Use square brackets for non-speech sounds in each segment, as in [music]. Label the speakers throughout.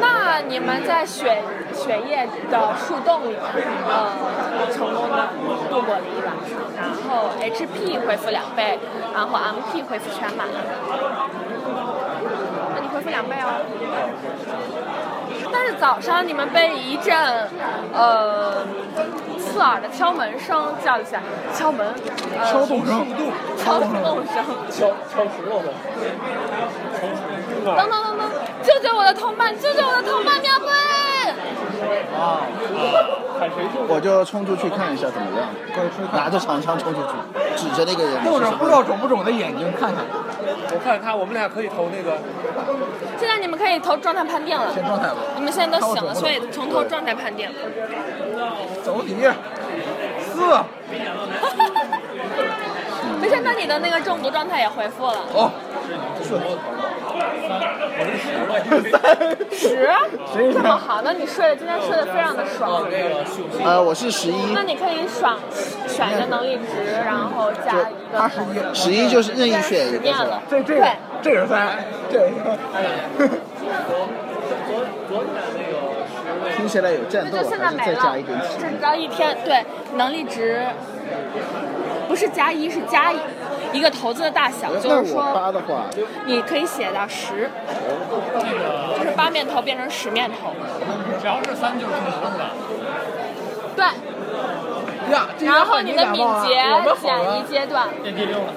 Speaker 1: 那你们在雪雪夜的树洞里，呃，成功的度过了一晚上，然后 HP 恢复两倍，然后 MP 恢复全满。那你恢复两倍哦。但是早上你们被一阵，呃，刺耳的敲门声叫一下，敲门，呃，
Speaker 2: 敲动声，
Speaker 1: 敲动声，
Speaker 3: 敲敲石头的，敲
Speaker 1: 等等等等，救救我的同伴，救救我的同伴，喵棍！
Speaker 3: 喊谁救？
Speaker 2: 我就冲出去看一下怎么样，
Speaker 4: 快出去看，
Speaker 2: 拿着长枪冲出去，指着那个人，
Speaker 4: 瞪着不知道肿不肿的眼睛看看，
Speaker 3: 我看看，我们俩可以投那个。
Speaker 1: 现在你们可以投状态判定了。
Speaker 4: 先状态吧。
Speaker 1: 你们现在都醒了，所以从头状态判定。
Speaker 4: 走你，四
Speaker 1: 没事，那你的那个中毒状态也恢复了。
Speaker 4: 哦，
Speaker 1: 十，
Speaker 2: 谁
Speaker 1: 这么好，那你睡的今天睡得非常的爽。
Speaker 2: 呃，我是十一
Speaker 1: 那，你可以爽选一个能力值，然后加一个
Speaker 4: 二十一，
Speaker 2: 十一就是任意选一
Speaker 1: 十啊
Speaker 2: 个
Speaker 1: 面
Speaker 2: 是
Speaker 1: 了
Speaker 2: 吧？。
Speaker 4: 这这
Speaker 1: 对，
Speaker 4: 这是三，这是三
Speaker 2: 听起来有战
Speaker 1: 那
Speaker 2: 斗，啊
Speaker 1: 就现在
Speaker 2: 还是
Speaker 1: 没
Speaker 2: 再
Speaker 1: 了
Speaker 2: 加一点。体
Speaker 1: 这
Speaker 2: 力
Speaker 1: 只要一天，对，能力值不是加一，是加一一个头子的大小，
Speaker 2: 那
Speaker 1: 就是
Speaker 2: 我
Speaker 1: 说
Speaker 2: 八的话，
Speaker 1: 你可以写到十，就是八面头变成十面头。
Speaker 5: 只要是三就是中毒是吧？
Speaker 1: 对，
Speaker 4: 呀，这
Speaker 1: 然后你的
Speaker 4: 俩
Speaker 1: 敏啊
Speaker 4: 忘了
Speaker 1: 捷
Speaker 4: 我们好
Speaker 1: 减
Speaker 4: 了
Speaker 1: 一，阶段。
Speaker 5: 变第六了，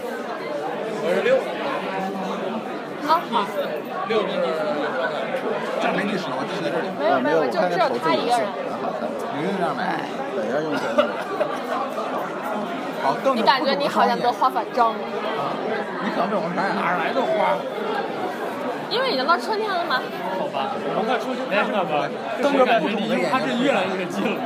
Speaker 1: 好哦好，
Speaker 4: 这没第十，我这在这里，
Speaker 1: 没有
Speaker 2: 啊，
Speaker 1: 没
Speaker 2: 没
Speaker 1: 有，
Speaker 2: 我
Speaker 1: 就
Speaker 2: 看
Speaker 1: 只
Speaker 2: 看
Speaker 1: 有
Speaker 2: 头
Speaker 1: 他
Speaker 2: 这
Speaker 1: 一
Speaker 2: 颜
Speaker 1: 个
Speaker 2: 色，
Speaker 1: 人。
Speaker 2: 蛮好看的。哎
Speaker 4: 你就这样买，
Speaker 2: 等一下用针的。
Speaker 4: 好，瞪
Speaker 1: 你
Speaker 4: 着
Speaker 1: 感
Speaker 4: 不
Speaker 1: 觉
Speaker 4: 肿
Speaker 1: 你
Speaker 4: 的
Speaker 1: 好像
Speaker 4: 双
Speaker 1: 得
Speaker 4: 眼
Speaker 1: 花粉症，
Speaker 4: 你可被我们哪哪来的花？
Speaker 1: 因为已经到春天了嘛。
Speaker 5: 好吧，我们快出去看看吧。
Speaker 4: 瞪着
Speaker 5: 我感
Speaker 4: 不
Speaker 5: 觉
Speaker 4: 肿的
Speaker 5: 离
Speaker 4: 眼
Speaker 5: 他
Speaker 4: 睛
Speaker 5: 是越来越近了。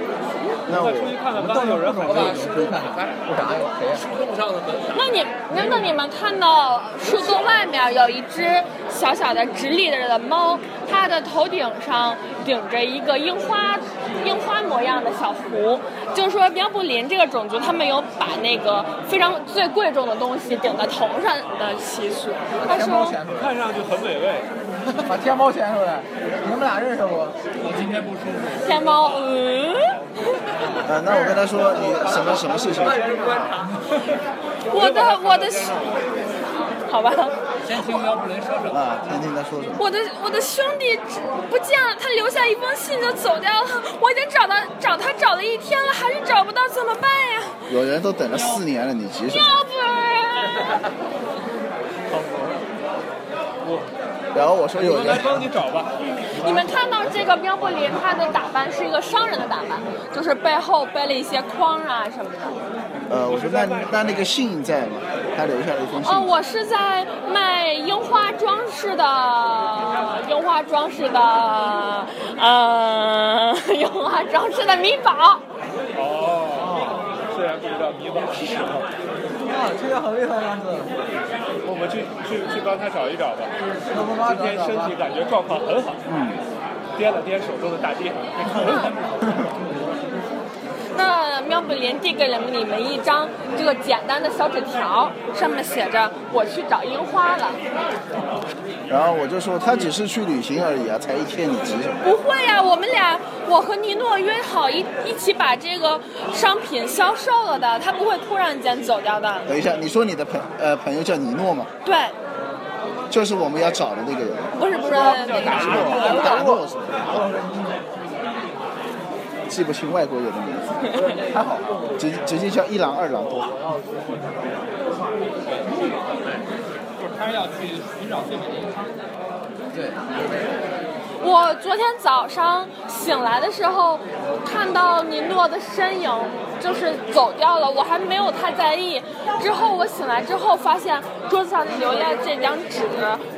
Speaker 2: 那
Speaker 5: 快出去
Speaker 2: 我
Speaker 5: 看看，刚
Speaker 4: 瞪
Speaker 5: 才
Speaker 4: 着
Speaker 5: 有人
Speaker 4: 不
Speaker 5: 喊
Speaker 4: 肿
Speaker 5: 叫
Speaker 4: 的眼。睛看看，有啥呀？谁呀？
Speaker 1: 那你那那你们看到树洞外面有一只小小的直立着的猫，它的头顶上顶着一个樱花樱花模样的小壶，就是说苗布林这个种族，他们有把那个非常最贵重的东西顶在头上的习俗。他
Speaker 4: 天猫
Speaker 1: 说，
Speaker 4: 显出来，
Speaker 5: 看上去很美味，
Speaker 4: 把天猫显出来，你们俩认识不？
Speaker 5: 我今天不舒服。
Speaker 1: 天猫，嗯，
Speaker 2: 呃，那我跟他说你什么什么事情？
Speaker 4: 哎
Speaker 1: 我的我的，好吧，
Speaker 5: 先听苗不林说什么？
Speaker 2: 啊，听听他说什么。
Speaker 1: 我的我的兄弟只不见了，他留下一封信就走掉了。我已经找到找他找了一天了，还是找不到，怎么办呀？
Speaker 2: 有人都等了四年了，你急什么？
Speaker 1: 要不然，
Speaker 2: 然后我说有
Speaker 5: 我来
Speaker 2: 人，
Speaker 5: 帮你找吧。
Speaker 1: 你们看到这个喵布林，他的打扮是一个商人的打扮，就是背后背了一些筐啊什么的。
Speaker 2: 呃，我说那那那个信在吗？他留下了一封信
Speaker 1: 哦，。我是在卖樱花装饰的，樱花装饰的，呃，樱花装饰的米宝。
Speaker 5: 哦，虽然不知道迷惘是什么，
Speaker 4: 啊，这个很厉害的样子，
Speaker 5: 我们去去去帮他找一找吧。
Speaker 4: 要不妈
Speaker 5: 今
Speaker 4: 找
Speaker 5: 天
Speaker 4: 找
Speaker 5: 身
Speaker 4: 吧
Speaker 5: 体。感觉状况很好，
Speaker 2: 嗯，
Speaker 5: 掂了掂手中的大地，
Speaker 1: 嗯那喵布林递给了你们一张这个简单的小纸条，上面写着“我去找樱花了
Speaker 2: 然后我就说他只是去旅行而已啊，才一天，你急什”。么？
Speaker 1: 不会呀、我们俩，我和尼诺约好一一起把这个商品销售了的，他不会突然间走掉的。
Speaker 2: 等一下，你说你的朋呃朋友叫尼诺吗？
Speaker 1: 对，
Speaker 2: 就是我们要找的那个人。
Speaker 1: 不是不是那个
Speaker 2: 是
Speaker 4: 啊
Speaker 2: 吧达诺是吧？记不清外国人的名字，还好，直直接叫一郎二郎多好。
Speaker 5: 他要去寻找最美的樱花。
Speaker 1: 我昨天早上醒来的时候，看到尼诺的身影，就是走掉了，我还没有太在意。之后我醒来之后，发现桌子上留下这张纸，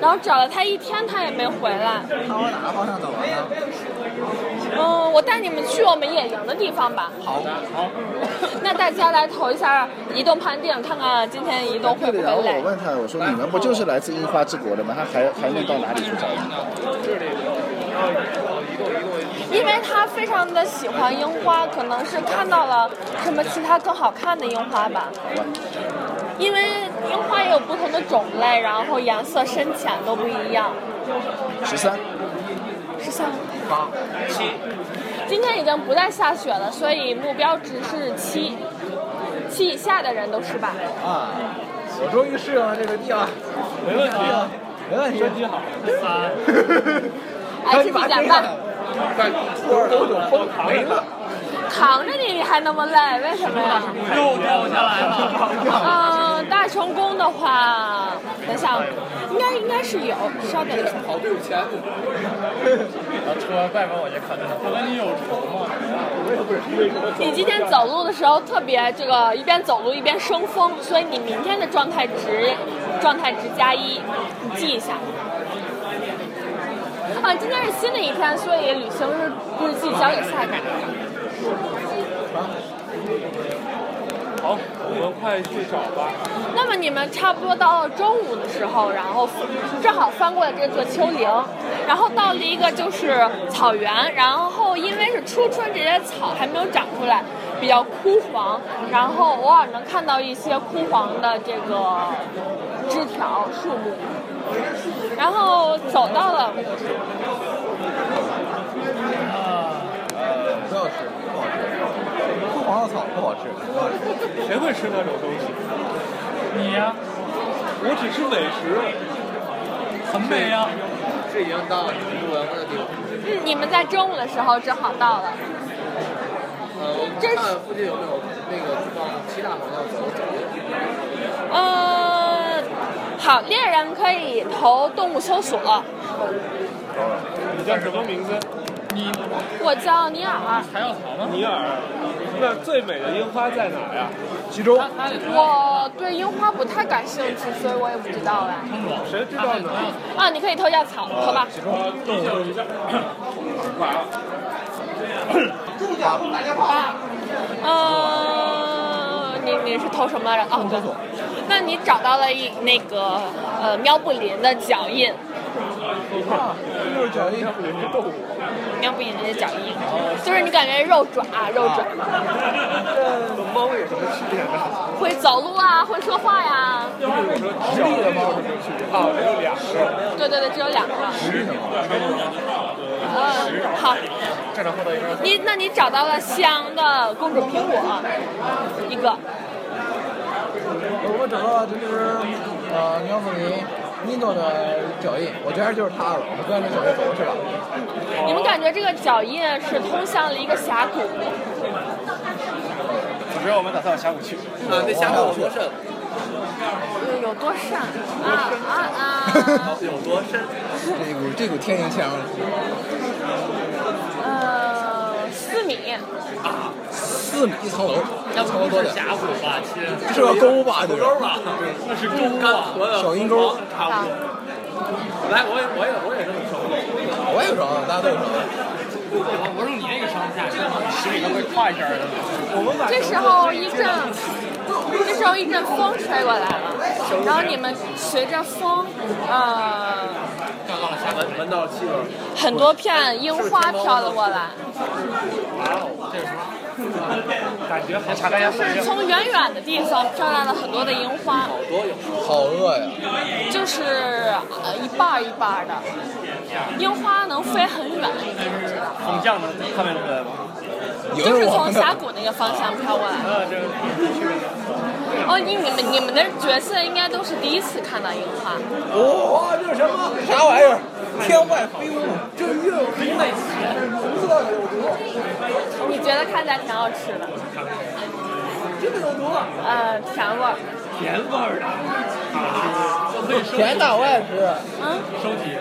Speaker 1: 然后找了他一天，他也没回来。
Speaker 4: 他往哪个方向走啊？
Speaker 1: 嗯，我带你们去我们野营的地方吧。
Speaker 4: 好，
Speaker 5: 好，
Speaker 1: 那大家来投一下移动判定，看看今天移动会不
Speaker 2: 然后
Speaker 1: 会
Speaker 2: 我
Speaker 1: 累。
Speaker 2: 问他，我说你们不就是来自樱花之国的吗？他还还能到哪里去找你？
Speaker 1: 因为他非常的喜欢樱花，可能是看到了什么其他更好看的樱花吧。因为樱花也有不同的种类，然后颜色深浅都不一样。
Speaker 2: 十三，
Speaker 1: 十三，
Speaker 4: 八，
Speaker 3: 七，
Speaker 1: 今天已经不再下雪了，所以目标值是七，七以下的人都失败。
Speaker 4: 啊，我终于适应了这个地方，
Speaker 5: 没问题，
Speaker 4: 没问题。
Speaker 5: 身体好。三，
Speaker 1: 哎，自己讲吧，
Speaker 3: 但都都有风扛没了，
Speaker 1: 扛着你你还那么累，为什么呀？
Speaker 5: 又掉下来了。
Speaker 1: 嗯，大成功的话，等一下，应该应该是有，稍等一下。
Speaker 3: 跑队伍前
Speaker 5: 出门外边我就看到，我跟你有仇吗？
Speaker 1: 你今天走路的时候特别这个一边走路一边生风，所以你明天的状态值状态值加一，你记一下。啊，今天是新的一天，所以旅行日日记交给下一个。
Speaker 5: 好，我们快去找吧。
Speaker 1: 那么你们差不多到了中午的时候，然后正好翻过了这座丘陵，然后到了一个就是草原，然后因为是初春，这些草还没有长出来，比较枯黄，然后偶尔能看到一些枯黄的这个枝条树木，然后走到了。
Speaker 4: 不要吃，不好吃。枯黄的草不好吃，不好吃。
Speaker 5: 谁会吃那种东西？你呀、我只吃美食，很美呀、
Speaker 3: 这已经到不文化的地方。
Speaker 1: 嗯， [laughs] 你们在中午的时候正好到了。
Speaker 3: 呃，我们看附近有没有那个往七大方向走走。
Speaker 1: 呃，好，猎人可以投动物搜索，
Speaker 5: 你叫什么名字？你
Speaker 1: 我叫尼尔。
Speaker 5: 还要草吗？尼尔，那最美的樱花在哪儿呀、
Speaker 6: 其中
Speaker 1: 我对樱花不太感兴趣，所以我也不知道哎。
Speaker 5: 谁知道呢？
Speaker 1: 啊，你可以偷下草，投吧。
Speaker 5: 动物一下，哇，
Speaker 1: 呃，你你是投什么来着？哦，对。那你找到了一那个呃喵不林的脚印，
Speaker 4: 就是脚印，
Speaker 5: 是动物。
Speaker 1: 喵不林的脚印，就是你感觉肉爪肉爪，
Speaker 3: 和猫有什么区别呢？
Speaker 1: 会走路啊，会说话呀、
Speaker 5: 小的猫是去啊，只有俩个。
Speaker 1: 对对对，只有两个。嗯，好。你那你找到了香的公主苹果，一个。
Speaker 4: 我找到了这就是呃苗子林尼诺的脚印，我觉得就是他了，我跟着脚印走过去了。
Speaker 1: 你们感觉这个脚印是通向了一个峡谷，
Speaker 5: 总之我们打算峡谷去。
Speaker 3: 啊，那峡谷有多深？
Speaker 1: 有有多深啊啊啊！
Speaker 3: 有多深？
Speaker 4: 这股这股天灵腔，
Speaker 1: 呃，四米，
Speaker 4: 四米一层楼，
Speaker 3: 要
Speaker 4: 差不多的，
Speaker 3: 峡谷吧，亲，
Speaker 4: 这是个沟吧？这
Speaker 3: 沟
Speaker 4: 是。
Speaker 3: 吧，那是沟啊，
Speaker 4: 小阴沟
Speaker 3: 差不多。来，我也我也我也这么说，
Speaker 4: 我也装，大家都装。
Speaker 5: 我说你那个上不下去，十米都会跨一下的。我们把
Speaker 1: 这时候一阵，这时候一阵风吹过来了，然后你们随着风，呃，
Speaker 3: 闻闻到气味儿，
Speaker 1: 很多片樱花飘了过来，
Speaker 5: 感觉好像
Speaker 1: 就是从远远的地方飘来了很多的樱花，
Speaker 3: 好多有。
Speaker 4: 好饿呀！
Speaker 1: 就是呃一瓣儿一瓣儿的，樱花能飞很远，
Speaker 5: 风向能看得出来吗？
Speaker 4: 有
Speaker 1: 就是
Speaker 4: 人
Speaker 1: 从
Speaker 4: 往
Speaker 1: 峡
Speaker 4: 那
Speaker 1: 谷那个方向飘过来。
Speaker 5: 啊，这
Speaker 1: 哦，你你们你们的角色应该都是第一次看到樱花，
Speaker 4: 哇，这是什么？啥玩意儿？天外飞物，这月红内红色的有毒，
Speaker 1: 你觉得看起来挺好吃的？
Speaker 4: 真的有毒！
Speaker 1: 呃，甜味儿。
Speaker 5: 甜味儿的，
Speaker 4: 甜的我也吃。
Speaker 1: 嗯，
Speaker 5: 收集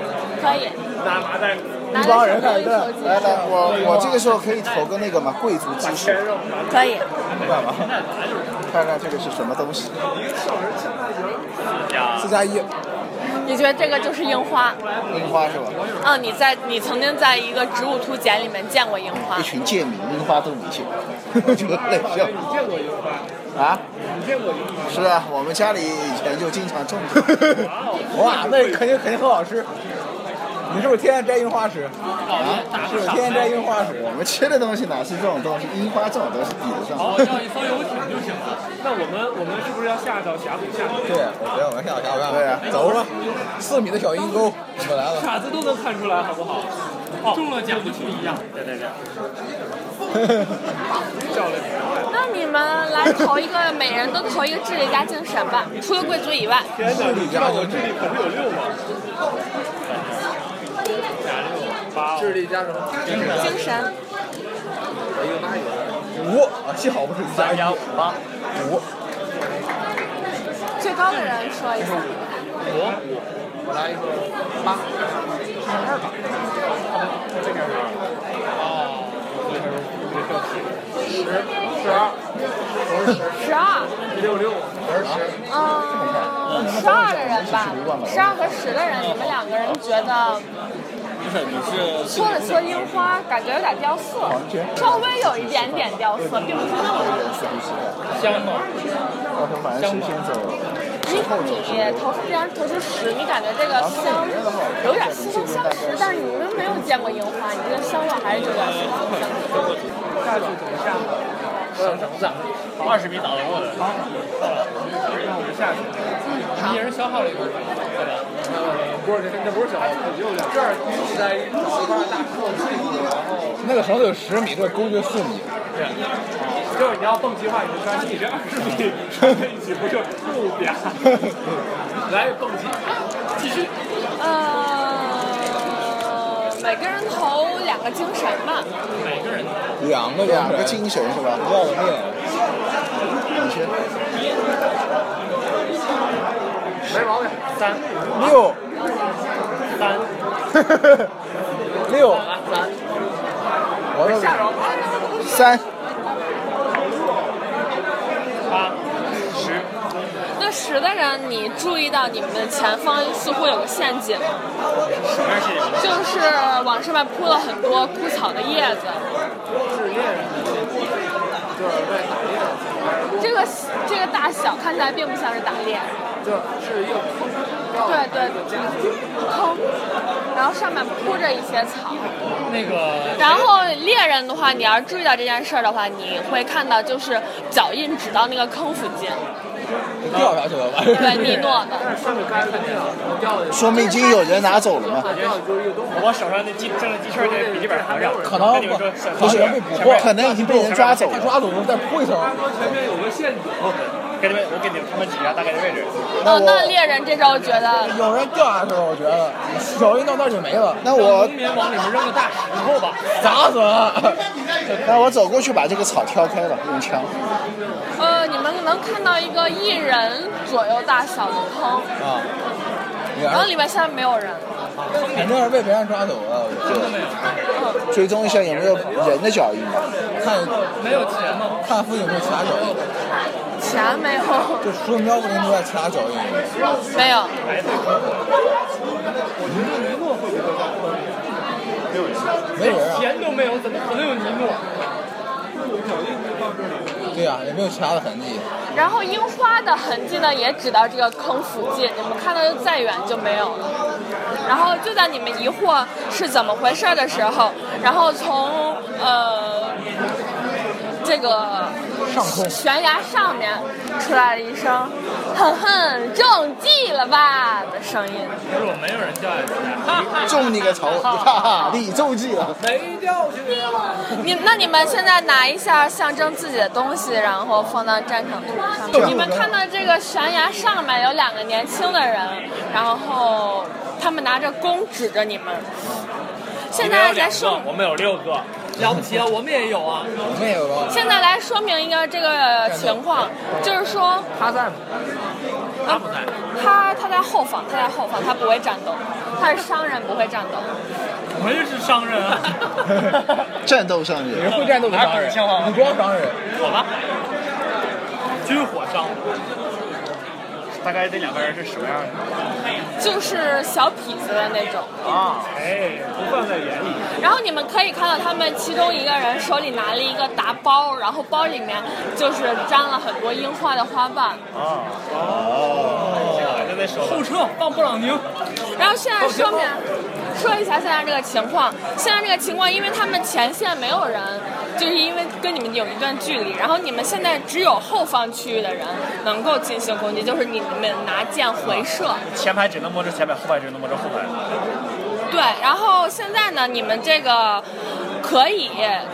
Speaker 1: 可以。
Speaker 5: 拿麻袋
Speaker 1: 拿
Speaker 4: 一帮
Speaker 1: 来
Speaker 4: 人
Speaker 1: 手
Speaker 4: 看
Speaker 1: 机
Speaker 4: 这
Speaker 1: 手
Speaker 6: 来
Speaker 1: 机，
Speaker 6: 来，我我这个时候可以投个那个嘛贵族知识，
Speaker 5: 肉，
Speaker 1: 可以。
Speaker 6: 干嘛？看看这个是什么东西。
Speaker 4: 四加一，
Speaker 1: 你觉得这个就是樱花？
Speaker 6: 樱花是吧？
Speaker 1: 嗯，你在你曾经在一个植物图鉴里面见过樱花
Speaker 6: 一？群贱 [laughs] 民，樱花都没见，就冷笑。
Speaker 5: 你见过樱花？
Speaker 6: 啊？
Speaker 5: 你见过樱花？
Speaker 6: 是啊，我们家里以前就经常种的。
Speaker 1: [laughs]
Speaker 4: 哇，那肯定肯定很好吃。你是不是天天摘樱花吃？
Speaker 6: 啊，
Speaker 4: 是不是天天摘樱花吃？
Speaker 6: 我们吃的东西哪是这种东西？樱花这种东西抵得
Speaker 1: [laughs]
Speaker 6: 上。
Speaker 5: 那我们我们是不是要下到峡谷下？
Speaker 4: 对，我觉得我们下午下午干
Speaker 6: 对啊
Speaker 4: 走吧，四米的小阴沟，我们来了。
Speaker 5: 傻子都能看出来，好不好？
Speaker 3: 哦
Speaker 5: 中了奖就不一样。对对对。
Speaker 1: 那你们来投一个，每人都投一个智力加精神吧，除了贵族以外。
Speaker 5: 天哪，你知道我智力可是有六吗？加六八
Speaker 3: 智力加什么？
Speaker 1: 精神，
Speaker 3: 一个八一个。
Speaker 6: 五啊，幸好不是加
Speaker 5: 加五八
Speaker 6: 五，
Speaker 1: 最高的人说一下。
Speaker 5: 五
Speaker 3: 我来一个八，
Speaker 1: 十二。六六。嗯，十二的人吧，十二和十的人，你们两个人觉得
Speaker 5: 不是你是
Speaker 1: 搓了搓樱花，感觉有点掉色，稍微有一点点掉色，并不是那么多。
Speaker 5: 香吗？
Speaker 6: 到时候反正谁先走，
Speaker 1: 你你投出这样投出十，你感觉这个香有点似曾相识，但是你们没有见过樱花，你这个香味还是有点似曾相识。
Speaker 3: 我想整伞。
Speaker 5: 二十米打赢我的。让我们下去。
Speaker 3: 嗯
Speaker 5: 一人消耗了一个。
Speaker 3: 呃，不是，这这不是小孩，有两这儿一起在一块大石头砌的，然后
Speaker 6: 那个绳子有十米，这估计四米。
Speaker 5: 就是你要蹦极话，你就抓你这二十米拴在一起，不就不嗲？
Speaker 6: [laughs]
Speaker 5: 来蹦极，继续。
Speaker 1: 呃，每个人投两个精神吧。
Speaker 5: 每个人
Speaker 6: 两个两个精神是吧？要命！你先
Speaker 3: 没毛病。
Speaker 5: 三
Speaker 4: [laughs]
Speaker 6: 六
Speaker 5: 三，
Speaker 6: 六，
Speaker 3: 咱
Speaker 6: 我要三
Speaker 5: 八十，
Speaker 1: 那十的人，你注意到你们的前方似乎有个陷阱，
Speaker 5: 什么是
Speaker 1: 就是往上面铺了很多枯草的叶子。
Speaker 3: 就是为打猎，
Speaker 1: 这个这个大小看起来并不像是打猎，
Speaker 3: 就是一个坑，
Speaker 1: 对对，坑，然后上面铺着一些草。
Speaker 5: 那个
Speaker 1: 然后猎人的话，你要注意到这件事儿的话，你会看到就是脚印指到那个坑附近，
Speaker 6: 掉下去了吧？
Speaker 3: [laughs]
Speaker 1: 对，尼
Speaker 4: [laughs]
Speaker 1: 诺的。
Speaker 3: 但是上面盖着那个，我掉下去，
Speaker 6: 说明已经有人拿走了嘛？
Speaker 3: 掉的就是一个东西。
Speaker 5: 我手上那鸡挣的鸡翅在笔记本上上，
Speaker 6: 可能
Speaker 5: 跟你们说，
Speaker 6: 不是可能已经被人抓走了。抓走了再铺一层。
Speaker 5: 给你们，我给你们他们指一下大概的位置。
Speaker 1: 哦，那猎人这招觉得
Speaker 4: 有人掉下去了，我觉得手一弄那儿就没了，
Speaker 6: 那我
Speaker 5: 农民往里面扔个大石头吧，
Speaker 4: 砸死
Speaker 6: [laughs]
Speaker 4: 了。
Speaker 6: 那我走过去把这个草挑开了，用枪。
Speaker 1: 呃，你们能看到一个一人左右大小的坑，
Speaker 4: 啊，
Speaker 1: 然后里面现在没有人。
Speaker 4: 肯定是被别人抓走了。
Speaker 6: 追踪一下有没有人的脚印吧。
Speaker 4: 看
Speaker 5: 没有钱吗？
Speaker 4: 看附近有没有其他脚印，
Speaker 1: 钱没有， [laughs]
Speaker 4: 就除了喵不跟出来其他脚印。
Speaker 1: 没有。
Speaker 4: 没人啊，
Speaker 5: 钱都没有，怎么可能有尼诺？
Speaker 4: 对呀、也没有其他的痕迹。
Speaker 1: 然后樱花的痕迹呢，也指到这个坑附近，你们看到就再远就没有了。然后就在你们疑惑是怎么回事的时候，然后从呃这个
Speaker 4: 上空
Speaker 1: 悬崖上面出来了一声“哼哼，中计了吧”的声音。
Speaker 5: 如果没有人叫你家，
Speaker 6: 中你个头！哈哈，你中计了。
Speaker 1: [laughs] 你那你们现在拿一下象征自己的东西，然后放到战场图上面。你们看到这个悬崖上面有两个年轻的人，然后他们拿着弓指着你们。现在来说，
Speaker 5: 我们有六个，了不起啊，我们也有啊。
Speaker 4: 我们也有个
Speaker 1: 现在来说明一个这个情况，就是说呃
Speaker 3: 他在吗？
Speaker 5: 他不在，
Speaker 1: 他他在后方，他在后方，他不会战斗，他是商人，不会战斗。
Speaker 5: 我们也是商人啊。
Speaker 6: 战斗上
Speaker 4: 你
Speaker 6: 人，
Speaker 4: 是会战斗的商人，
Speaker 5: 啊
Speaker 4: 你光商人，
Speaker 5: 我吧，军火商，大概这两个人是什么样的？
Speaker 1: 就是小痞子的那种。
Speaker 5: 哎，不放在眼里。
Speaker 1: 然后你们可以看到他们其中一个人手里拿了一个大包，然后包里面就是沾了很多樱花的花瓣。
Speaker 5: 正在说后撤，放布朗宁。
Speaker 1: 然后现在说明，说一下现在这个情况。现在这个情况，因为他们前线没有人，就是因为跟你们有一段距离。然后你们现在只有后方区域的人能够进行攻击，就是你们拿箭回射。
Speaker 5: 前排只能摸着前排，后排只能摸着后排。
Speaker 1: 对，对，然后现在呢，你们这个可以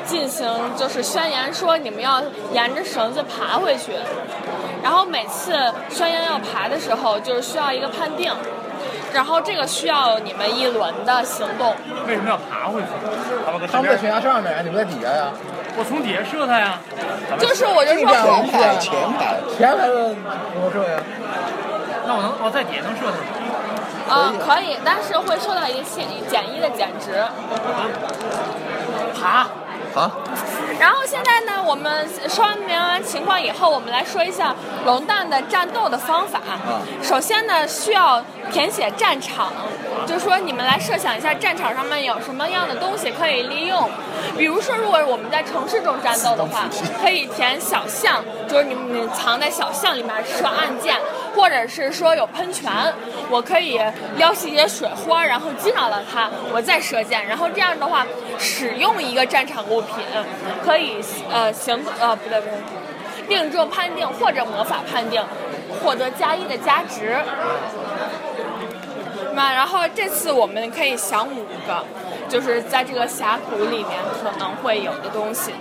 Speaker 1: 进行就是宣言说你们要沿着绳子爬回去，然后每次宣言要爬的时候，就是需要一个判定，然后这个需要你们一轮的行动。
Speaker 5: 为什么要爬回去？咱们跟
Speaker 6: 他
Speaker 5: 身
Speaker 6: 们在
Speaker 5: 边，
Speaker 6: 悬崖上面，你们在底下呀，
Speaker 5: 我从底下射他呀。咱们
Speaker 1: 就是我就说
Speaker 6: 我
Speaker 1: 后
Speaker 6: 们是
Speaker 1: 排
Speaker 6: 在前排，前排的魔兽呀，
Speaker 5: 那我能我在底下能射他吗？
Speaker 1: 啊、可以，但是会受到一个减减一的减值。
Speaker 5: 爬，
Speaker 6: 啊，
Speaker 1: 然后现在呢，我们说明完情况以后，我们来说一下龙蛋的战斗的方法。首先呢，需要填写战场，就是说你们来设想一下战场上面有什么样的东西可以利用。比如说，如果我们在城市中战斗的话，可以填小巷，就是你们藏在小巷里面设暗箭，或者是说有喷泉，我可以撩起一些水花，然后惊扰到它，我再射箭，然后这样的话，使用一个战场物品，可以呃行呃不对不对，命中判定或者魔法判定，获得加一的加值。那然后这次我们可以想五个，就是在这个峡谷里面可能会有的东西。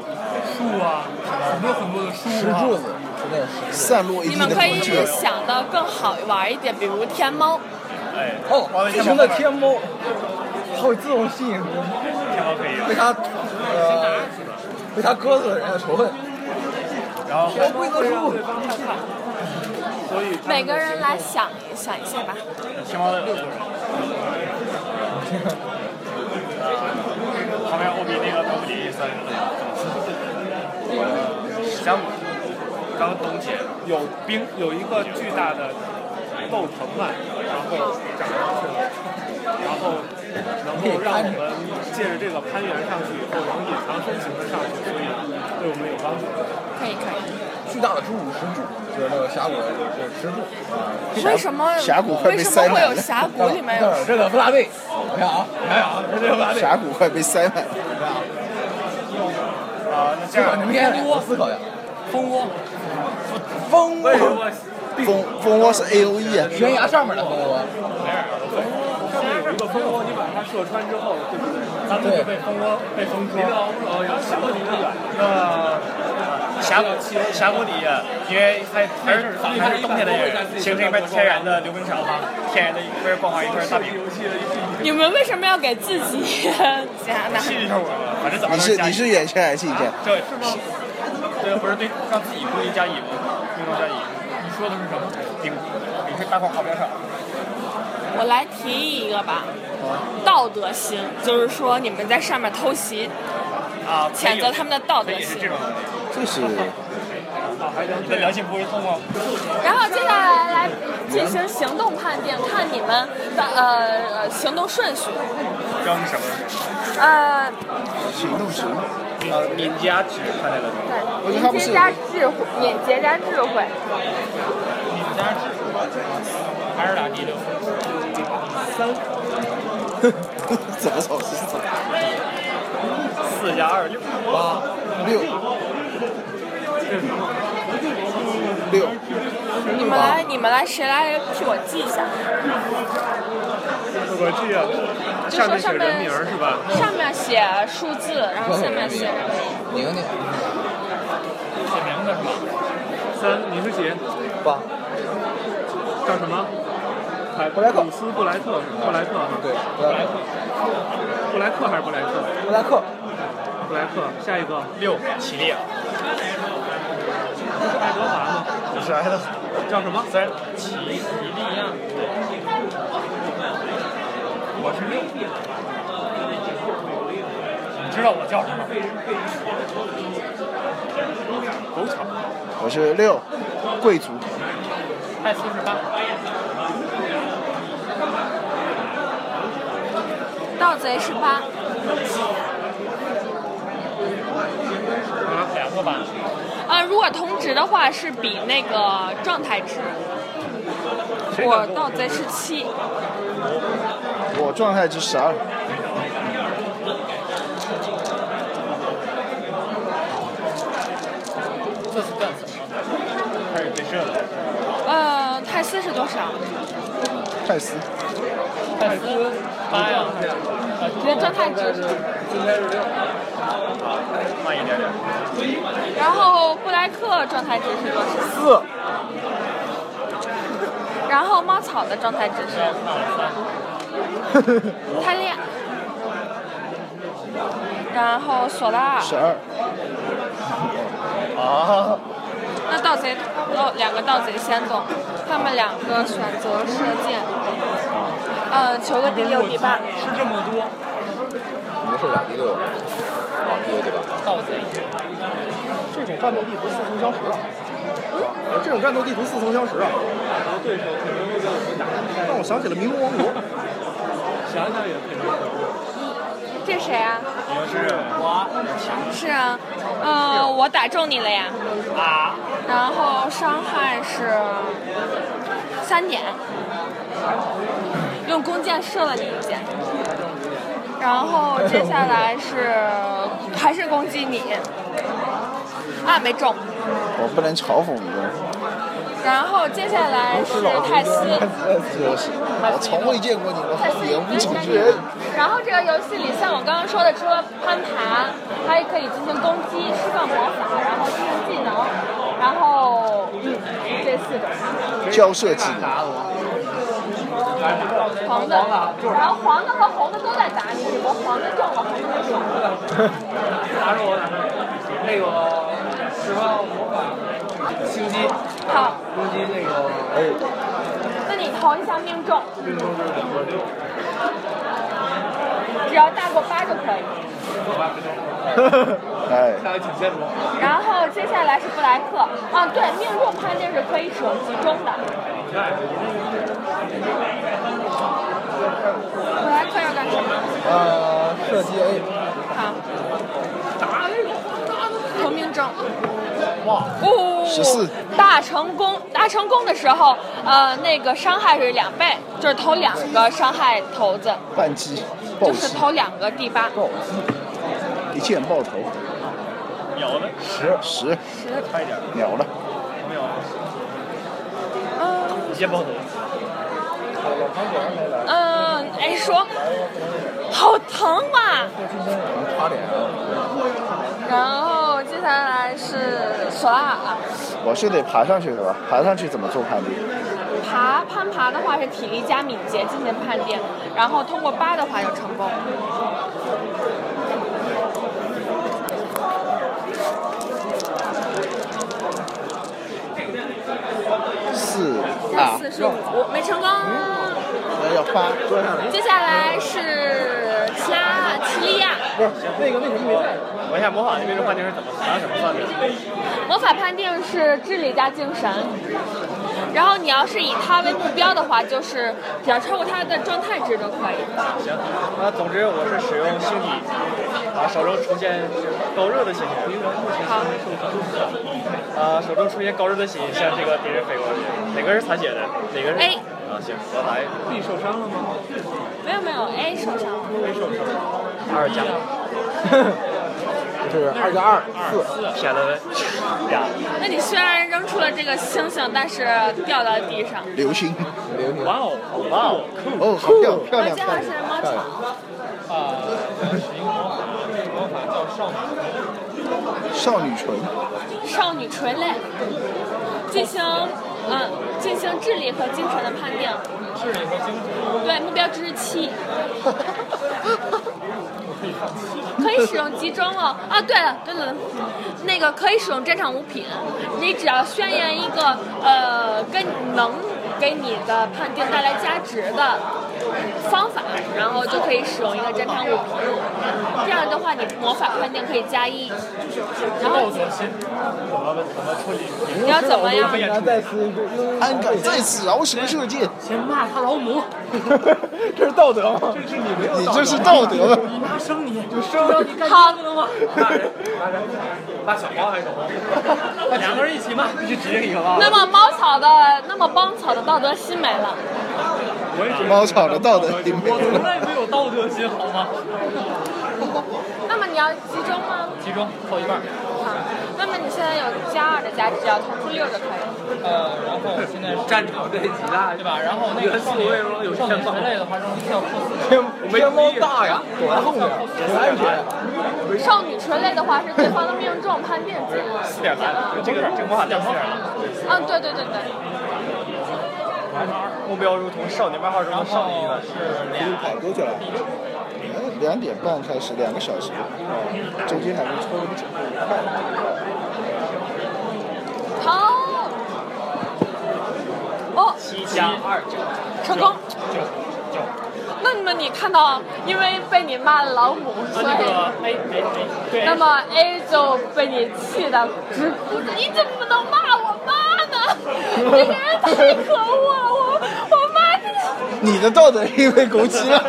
Speaker 5: 树啊，很多很多的树
Speaker 6: 石
Speaker 5: 啊。
Speaker 6: 柱子，那个散落一
Speaker 1: 你
Speaker 6: 地
Speaker 1: 们
Speaker 6: 的
Speaker 1: 可
Speaker 6: 火
Speaker 1: 以
Speaker 6: 炬，
Speaker 1: 想的更好玩一点，比如天猫。
Speaker 5: 哎，
Speaker 4: 哦，飞行的天猫，它会自动吸引
Speaker 5: 天猫可以。
Speaker 4: 被它呃被它割死的人的仇恨。
Speaker 5: 然后
Speaker 4: 我规则书，
Speaker 5: 所以
Speaker 1: 每个人来想一想一下吧。
Speaker 5: 天猫的六个人。旁边我比那个东姐三想刚东姐有冰有一个巨大的豆藤蔓，然后长上去了，然后能够让我们借着这个攀援上去以后，能隐藏身形的上去，所以对我们有帮助。
Speaker 1: 可以可
Speaker 4: 巨大的侏儒石柱，就是那个峡谷的就是石柱。
Speaker 1: 以。为什么
Speaker 6: 峡谷快
Speaker 1: 为
Speaker 6: 被
Speaker 1: 什
Speaker 6: 塞
Speaker 1: 么会
Speaker 6: 满
Speaker 1: 有
Speaker 6: 了
Speaker 1: 峡谷里面有？
Speaker 4: 这个布拉贝，我看啊，你看啊，这个布拉贝。
Speaker 6: 峡谷快被塞满了。
Speaker 5: 啊，那这
Speaker 4: 这
Speaker 5: 样
Speaker 4: 个你们先来我思考一下。
Speaker 5: 蜂窝，
Speaker 4: 蜂窝
Speaker 5: 为，什么
Speaker 6: 蜂蜂窝是 A O E 啊，
Speaker 4: 悬崖上面的蜂窝，
Speaker 5: 上面有一个蜂窝，你把它射穿之后，对不对？咱们就被蜂窝被蜂捉。哦，要峡谷底下，那峡谷峡谷底下，因为它还是还是冬天的原因，形成一块天然的溜冰场嘛，天然的一块光滑一块大饼。
Speaker 1: 你们为什么要给自己 [laughs] 加呢？
Speaker 5: 试一下我，反正怎么
Speaker 6: 你是你是眼线还是近线？
Speaker 5: 这是吗？对，不是对，让自己故意加乙吗？命中加乙。你说的是什么？顶顶是大框旁边上。
Speaker 1: 我来提议一个吧，
Speaker 6: 啊
Speaker 1: 道德心，就是说你们在上面偷袭，
Speaker 5: 啊，
Speaker 1: 谴责他们的道德
Speaker 5: 也
Speaker 1: 心
Speaker 5: 是这。种问题。
Speaker 6: 哎这是
Speaker 5: 那良心不会痛吗？
Speaker 1: 然后接下来来进行行动判定，看你们的呃呃行动顺序。
Speaker 5: 扔什么？
Speaker 1: 呃，
Speaker 6: 行动值，
Speaker 5: 呃，敏加值看见了吗？
Speaker 1: 对，
Speaker 6: 觉得他
Speaker 1: 敏
Speaker 6: 们是
Speaker 1: 捷加智慧，敏捷加智慧。
Speaker 5: 敏加值还是打第六？
Speaker 6: 怎么走是怎么
Speaker 5: 四加二六。
Speaker 6: 八六六，
Speaker 1: 你们来，你们来，谁来替我记一下？
Speaker 5: 我记得
Speaker 1: 就说上
Speaker 5: 写
Speaker 1: 面
Speaker 5: 人名儿是吧？
Speaker 1: 上面写数字，然后下面写人名。
Speaker 4: 宁宁，
Speaker 5: 写名字是吧？三，你是写
Speaker 4: 八，
Speaker 5: 叫什么？凯布
Speaker 4: 莱克
Speaker 5: 鲁斯布莱特是吧布莱特哈
Speaker 4: 对，布
Speaker 5: 布莱
Speaker 4: 拉
Speaker 5: 特，布莱克还是布莱特？
Speaker 4: 布拉克，
Speaker 5: 布莱克，下一个六，起立。是爱德华吗？
Speaker 6: 不是挨的，
Speaker 5: 叫什么？三，奇奇利亚。我是六。你知道我叫什么？狗巧，
Speaker 6: 我是六贵族，
Speaker 5: 泰四十八。
Speaker 1: 盗贼十八，
Speaker 5: 啊，两个吧。
Speaker 1: 呃，如果同值的话是比那个状态值。我盗贼十七，
Speaker 6: 我状态值十二，
Speaker 5: 这是干什么？开始对射了。
Speaker 1: 呃，泰斯是多少？
Speaker 6: 泰斯
Speaker 7: 泰斯、八呀，
Speaker 1: 觉得状态值。
Speaker 7: 慢一点点。
Speaker 1: 然后布莱克状态值是多少？
Speaker 2: 四，
Speaker 1: 然后猫草的状态值是贪恋。然后索拉尔，
Speaker 2: 十二，
Speaker 7: 啊，
Speaker 1: 那盗贼哦，两个盗贼先走，他们两个选择射箭，呃，求个第六第八。
Speaker 7: 吃这么多，
Speaker 4: 你们是俩第六，啊，第六对吧？
Speaker 7: 盗贼。
Speaker 2: 这种战斗地图似曾相识啊！这种战斗地图似曾相识啊！让我想起了迷宫王国。
Speaker 7: 想想也佩服。
Speaker 1: 这谁啊？
Speaker 7: 你要是我
Speaker 1: 是啊，呃，我打中你了呀。
Speaker 7: 啊，
Speaker 1: 然后伤害是三点，用弓箭射了你一箭。然后接下来是还是攻击你，啊没中。
Speaker 2: 我不能嘲讽一个，
Speaker 1: 然后接下来是泰斯，
Speaker 4: [laughs]
Speaker 2: 真是，我从未见过你们
Speaker 1: 泰斯
Speaker 2: 演
Speaker 1: 你
Speaker 2: 武主
Speaker 1: 可
Speaker 2: 持
Speaker 1: 以
Speaker 2: 人。
Speaker 1: 然后这个游戏里，像我刚刚说的，除了攀爬，还可以进行攻击、释放魔法，然后进行技能，然后嗯这四种。
Speaker 2: 交涉技能，
Speaker 1: 黄的，然后黄的和红的都在打你，只不过黄的中了，红的没中。
Speaker 7: 打住我打住我，那个十万魔法星机
Speaker 1: 好，
Speaker 7: 攻击那个
Speaker 1: 那你投一下命中。只要大过八就可以。
Speaker 2: 哎，
Speaker 7: 大概挺羡慕。
Speaker 1: 然后接下来是布莱克，啊，对，命中判定是可以使用集中的。布莱克要干什么？
Speaker 2: 呃，射击 A，
Speaker 1: 好。投命中。
Speaker 7: 哇，
Speaker 1: 哦，
Speaker 2: 14
Speaker 1: 大成功，大成功的时候，呃，那个伤害是两倍，就是投两个伤害骰子，
Speaker 2: 扳机，暴
Speaker 1: 就是
Speaker 2: 击，
Speaker 1: 投两个第八。
Speaker 2: 暴击，一箭爆头，
Speaker 7: 有的，
Speaker 2: 十十，
Speaker 7: 快一点，
Speaker 2: 秒了。
Speaker 7: 没有，
Speaker 1: 嗯
Speaker 7: 直接爆头。
Speaker 1: 嗯，哎，说，好疼啊！
Speaker 4: 八点啊，
Speaker 1: 然后接下来是索拉尔，
Speaker 2: 我是得爬上去是吧？爬上去怎么做判定？
Speaker 1: 爬攀爬的话是体力加敏捷进行判定，然后通过八的话就成功。
Speaker 2: 四
Speaker 1: 那
Speaker 2: 啊，
Speaker 1: 四十五没成功。
Speaker 2: 要要八，坐上来。
Speaker 1: 接下来是奇拉奇利亚，
Speaker 2: 不是那个那个一没带，
Speaker 7: 我一下模仿那边的判定是怎么拿什么算的？
Speaker 1: 魔法判定是智力加精神，然后你要是以它为目标的话，就是只要超过它的状态值就可以。
Speaker 7: 行，啊，总之我是使用星体，啊，手中出现高热的血型，
Speaker 1: 好，
Speaker 7: 啊，手中出现高热的血型向这个敌人飞过去，哪个是残血的？哪个是
Speaker 1: A
Speaker 7: 啊，行，我打 A。B 受伤了吗
Speaker 1: 没有没有，A 受伤了。
Speaker 7: ？A 受伤了，二加
Speaker 4: 这是二加二四，
Speaker 7: 四，撇了俩，
Speaker 1: 那你虽然扔出了这个星星，但是掉到地上。
Speaker 2: 流星，
Speaker 4: 零零
Speaker 7: 哇哦，哇哦，酷！
Speaker 2: 哦，好漂亮，漂
Speaker 1: 我
Speaker 2: 亮，
Speaker 1: 记
Speaker 2: 漂
Speaker 1: 得是
Speaker 2: 亮。
Speaker 1: 猫草，
Speaker 2: 少女唇，
Speaker 1: 少女垂泪，进行嗯进行智力和精神的判定。对，目标值是七。可以使用集中哦。啊，对了，对了，那个可以使用战场物品，你只要宣言一个呃跟能给你的判定带来加值的方法，然后就可以使用一个战场物品。这样的话，你魔法判定可以加一。然后你要怎么样？
Speaker 2: 安敢在此饶舌射箭，
Speaker 7: 先骂他老母，
Speaker 2: [laughs] 这是道德吗？你这是道德啊吗？
Speaker 7: 拿生你，就生让你干
Speaker 1: 好，
Speaker 7: 骂人，骂人，骂小猫还是什么？两个人一起骂，必须指定一个吧。
Speaker 1: 那么猫草的，那么帮草的道德心没了。
Speaker 7: 我也指定一个
Speaker 2: 猫草的道德心没有
Speaker 7: 我从来没有道德心，好吗？
Speaker 1: 那么你要集中吗？
Speaker 7: 集中扣一半。
Speaker 1: 看。那么你现在有加二的加，只要投出六就可以了。
Speaker 8: 呃，然后现在
Speaker 3: 战场这极大，
Speaker 8: 对吧？然后那个少年少年之类的话，然后跳破四
Speaker 3: 天天猫大呀，
Speaker 6: 躲后面，很安全。
Speaker 1: 少女垂泪的话是对方的命中判定进入四
Speaker 5: 点三，这个这个魔法掉四点了。
Speaker 1: 啊，对对对对，
Speaker 5: 目标如同少年漫画中的少年一般。
Speaker 2: 跑多久了？嗯两点半开始，两个小时，中间还没抽那么久。
Speaker 1: 好。哦，
Speaker 5: 七加二九
Speaker 1: 成功。
Speaker 5: 九九。
Speaker 1: 那么你看到，因为被你骂了老母，所
Speaker 5: 那
Speaker 1: 以
Speaker 5: 个
Speaker 7: 哎
Speaker 5: A A A
Speaker 1: [laughs]
Speaker 5: 对
Speaker 1: 那么 A 就被你气得直哭着，你怎么能骂我妈
Speaker 2: [laughs]
Speaker 1: 呢？这个人太可恶了，我我妈真的。
Speaker 2: 你的道德因为狗
Speaker 6: [laughs]
Speaker 2: 急了，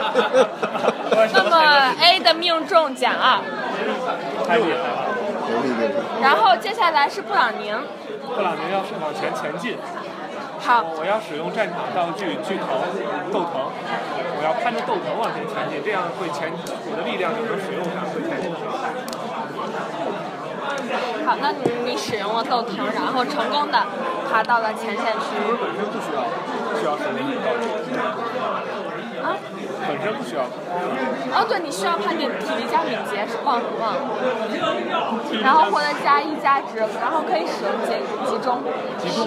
Speaker 1: 那么 A 的命中减二，
Speaker 5: 太厉害了。
Speaker 2: 牛逼牛逼！
Speaker 1: 然后接下来是布朗宁。
Speaker 5: 布朗宁要是往前前进，
Speaker 1: 好，
Speaker 5: 我要使用战场道具巨藤斗藤，我要看着斗藤往前前进，这样会前我的力量就能使用上，会前进上。
Speaker 1: 好，那你你使用了斗藤，然后成功的爬到了前线区。
Speaker 5: 本身不需要，不需要使用道具，
Speaker 1: 啊，
Speaker 5: 本身不需要。
Speaker 1: 哦对，你需要判定体力加敏捷，是忘了忘了。然后获得加一加值，然后可以使用集集中。
Speaker 5: 集中，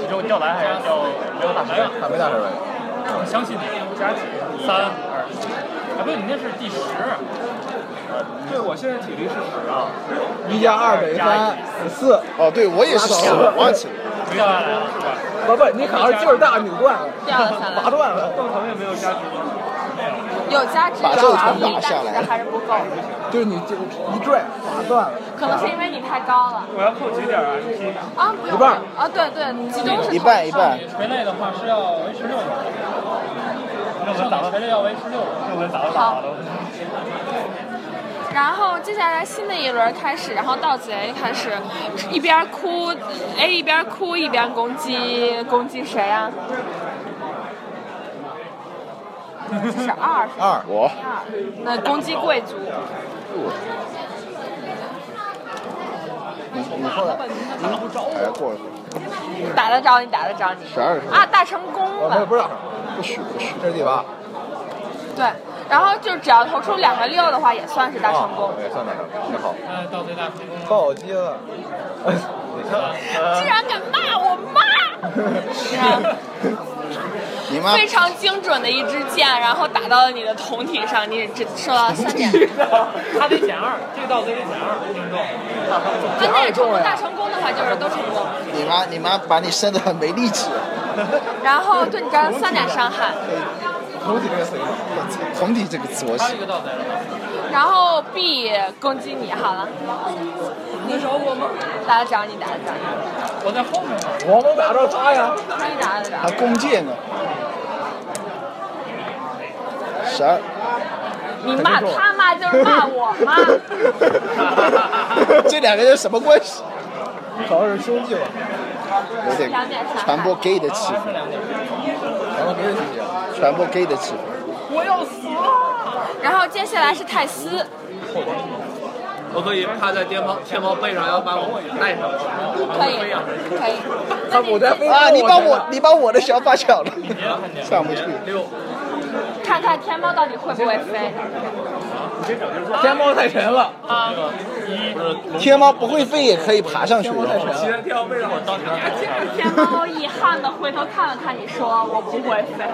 Speaker 5: 集中吊篮还是吊吊打篮？
Speaker 2: 还没打出来，
Speaker 8: 我相信你。
Speaker 5: 加几？
Speaker 8: 三二，啊不，你那是第十，啊
Speaker 5: 对，我现在体力是十啊。
Speaker 6: 一加二等于三，四。
Speaker 2: 哦，对我也是十，我忘记了。
Speaker 5: 没下来了是吧？
Speaker 6: 不不，你卡上劲儿大，扭断了，
Speaker 1: 掉了下
Speaker 6: 拔
Speaker 1: 来，
Speaker 6: 断了。
Speaker 5: 斗藤也没有加值吗？
Speaker 1: 有加值，
Speaker 2: 把
Speaker 1: 有
Speaker 2: 斗
Speaker 1: 加
Speaker 2: 藤
Speaker 1: 值
Speaker 2: 打
Speaker 1: 但
Speaker 2: 下来
Speaker 1: 是还是不够，
Speaker 6: 就是你这一拽，拔断了。
Speaker 1: 可能是因为你太高了。
Speaker 5: 我要扣几点啊？你
Speaker 1: 啊，不用。
Speaker 6: 一半
Speaker 1: 啊，对对，集中是
Speaker 2: 一半一半
Speaker 1: 投，
Speaker 8: 垂泪的话是要维持六轮的，
Speaker 5: 那我们打
Speaker 8: 少女
Speaker 5: 到
Speaker 8: 垂泪要维持六轮。
Speaker 5: 六分打到打到。
Speaker 1: 射。然后接下来新的一轮开始，然后盗贼开始一边哭，A 一边哭一边攻击攻击谁啊？这是二，是
Speaker 2: 二我
Speaker 1: 二，那攻击贵族。
Speaker 2: 你你后来哎过一会儿，
Speaker 1: 打得着你，打得着你。
Speaker 2: 十二是吧
Speaker 1: 啊，大成功
Speaker 6: 啊，没有
Speaker 1: 了。
Speaker 6: 不是，
Speaker 2: 不许不许，
Speaker 6: 这是第八。
Speaker 1: 对，然后就只要投出两个六的话，也算是大
Speaker 6: 啊
Speaker 1: 成
Speaker 8: 哦
Speaker 1: 功。
Speaker 2: 哎算了算了，那好，
Speaker 8: 呃，到最大成功。
Speaker 6: 暴击了。 [laughs]
Speaker 8: 呃
Speaker 1: 居然敢骂我妈！是
Speaker 8: [laughs]
Speaker 1: 啊
Speaker 2: 你妈
Speaker 1: 非常精准的一支箭，然后打到了你的酮体上，你只受到了三点。
Speaker 8: [laughs] 他得减二，这个盗贼得减二，命中。
Speaker 1: 那那也成功大成功的话，就是都成功。
Speaker 2: 你妈你妈把你生的很没力气，
Speaker 1: 然后对你造成三点伤害，
Speaker 6: 头几个谁？
Speaker 2: 红底这个词我
Speaker 8: 还
Speaker 2: 写
Speaker 8: 有一个盗贼了，
Speaker 1: 然后 B 攻击你好了。你找我吗？打得着你，打得着你，
Speaker 8: 我在后面呢。
Speaker 6: 我能打着他呀？
Speaker 1: 可以打得着
Speaker 2: 还。弓箭呢，十
Speaker 1: [laughs]
Speaker 2: 二，
Speaker 1: 你骂他骂就是骂我骂。
Speaker 2: 这两个人什么关系？
Speaker 6: 主要是兄弟吧。
Speaker 2: 有点
Speaker 1: 两点伤害
Speaker 2: 传播 gay 的气氛，
Speaker 6: 然后别人姐姐，
Speaker 2: 传播 gay 的气氛。
Speaker 1: 然后接下来是泰斯，
Speaker 3: 我可以趴在天猫天猫背上，要把我带上去。
Speaker 1: 可以，可以。
Speaker 6: 他我在
Speaker 1: 哦
Speaker 6: 飞
Speaker 2: 啊，你把我你把我的想法抢了，上不去。
Speaker 3: 六，
Speaker 1: 看看天猫到底会不会飞。
Speaker 6: 天猫太沉了，
Speaker 2: 天猫不会飞也可以爬上去的，
Speaker 3: 骑在天猫背上，我当
Speaker 1: 天猫遗憾的回头看了看你，说我不会飞。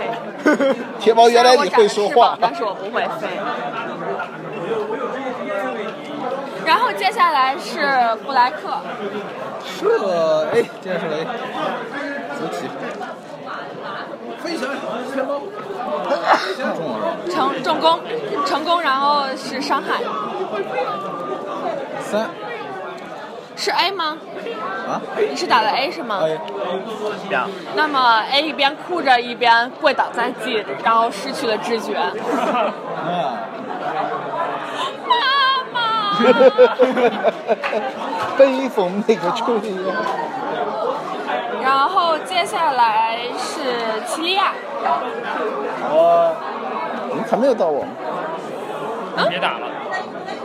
Speaker 2: 天猫原来你会说话，
Speaker 1: 但是我不会飞。然后接下来是布莱克，
Speaker 6: 这哎，这是雷，足体
Speaker 3: 飞翔天猫，
Speaker 1: 成重攻，成功，然后是伤害，
Speaker 6: 三
Speaker 1: 是 A 吗？
Speaker 6: 啊？
Speaker 1: 你是打的 A 是吗？
Speaker 6: 哎，
Speaker 1: 那么 A 一边哭着一边跪倒在地，然后失去了知觉。
Speaker 6: 啊，
Speaker 1: 妈妈，
Speaker 2: [laughs] 悲逢那个春夜。
Speaker 1: [laughs] 然后接下来是奇利亚，
Speaker 2: 嗯，还没有到我，
Speaker 5: 别打了，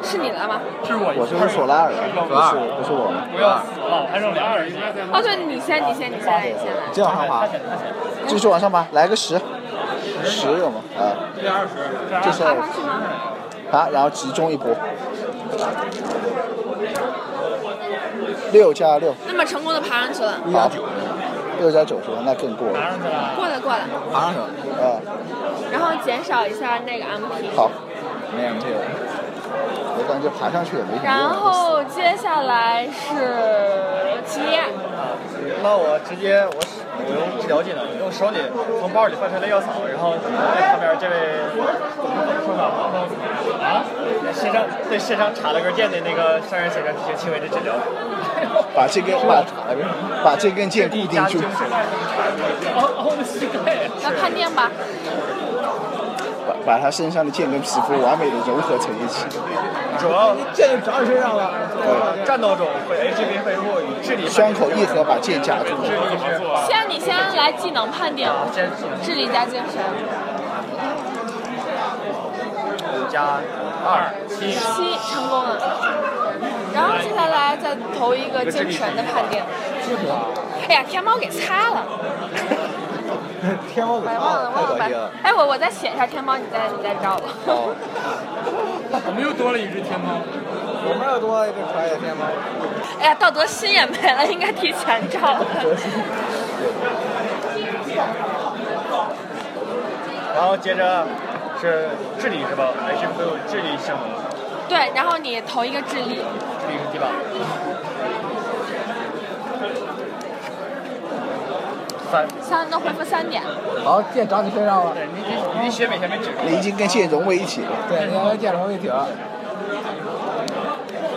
Speaker 1: 是你来吗？
Speaker 5: 是我一
Speaker 2: 我这是索拉尔，不是不是我们。
Speaker 5: 不要死了，还剩俩人，应该在
Speaker 1: 哦，对，你先，你先，你先来，你先来。
Speaker 2: 这样豪华，继续往上吧，来个十，十有吗？啊，这是
Speaker 1: 爬上去吗？
Speaker 2: 啊，然后集中一波，六加六，
Speaker 1: 那么成功的爬上去了，
Speaker 2: 一加九，六加九十吧，那更过了。
Speaker 1: 过来过来，
Speaker 2: 爬上去了，啊，
Speaker 1: 然后减少一下那个 MP。
Speaker 2: 好，没有这个，我感觉爬上去也没什么
Speaker 1: 然
Speaker 2: 用。
Speaker 1: 后接下来是七夜，
Speaker 7: 那我直接我是我用治疗技能，用手里从包里翻出来药草，然后在旁边这位说法啊，身上对身上插了根剑的那个商人先生进行轻微的治疗，
Speaker 2: 把这根把把这根剑固定
Speaker 7: 加
Speaker 2: 住
Speaker 7: 精，神。
Speaker 1: 那判定吧。
Speaker 2: 把把他身上的剑跟皮肤完美的融合成一起。
Speaker 7: 主要
Speaker 4: 剑就长你身上了，
Speaker 2: 对，
Speaker 7: 战斗中会 HP 会弱与智力
Speaker 2: 双口一合把剑夹住，
Speaker 7: 智力值
Speaker 1: 先你先来技能判定，
Speaker 7: 坚持
Speaker 1: 智力加精神。
Speaker 7: 五加二七，
Speaker 1: 七成功了，然后接下来再投一个精神的判定。哎呀，天猫给擦了。天猫给擦了，忘了忘了。哎，我我再写一下天猫，你再你再照吧。
Speaker 2: 哦
Speaker 5: 我们又多了一只天猫。
Speaker 4: 我们又多一个可以天猫。
Speaker 1: 哎呀，道德心也没了，应该提前照了。
Speaker 7: 然后接着是智力是吧？HP 会有智力升级。
Speaker 1: 对，然后你投一个智力，
Speaker 7: 这个地方。三，
Speaker 1: 三都恢复三点。
Speaker 4: 好，剑长你身上了，
Speaker 7: 对你你你血每天没止住，
Speaker 2: 你已经跟剑融为一体了。
Speaker 4: 对，你要剑融一体了。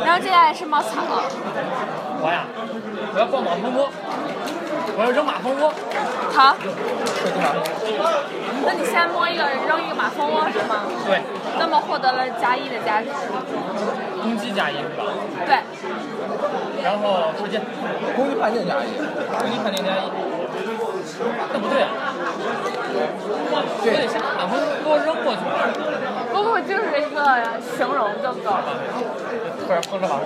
Speaker 1: 然后接下来是猫草，
Speaker 5: 我呀，我要抱马蜂窝，我要扔马蜂窝，
Speaker 1: 好。那你先摸一个扔一个马蜂窝是吗？
Speaker 5: 对，
Speaker 1: 那么获得了加一的加值。
Speaker 5: 攻击加一是吧？
Speaker 1: 对，
Speaker 5: 然后射箭，
Speaker 4: 攻击判定加一，
Speaker 8: 一判定加一，那不对啊，我得先把风给我扔过去吧。
Speaker 1: 不过就是一个形容就够了。
Speaker 7: 突然碰上马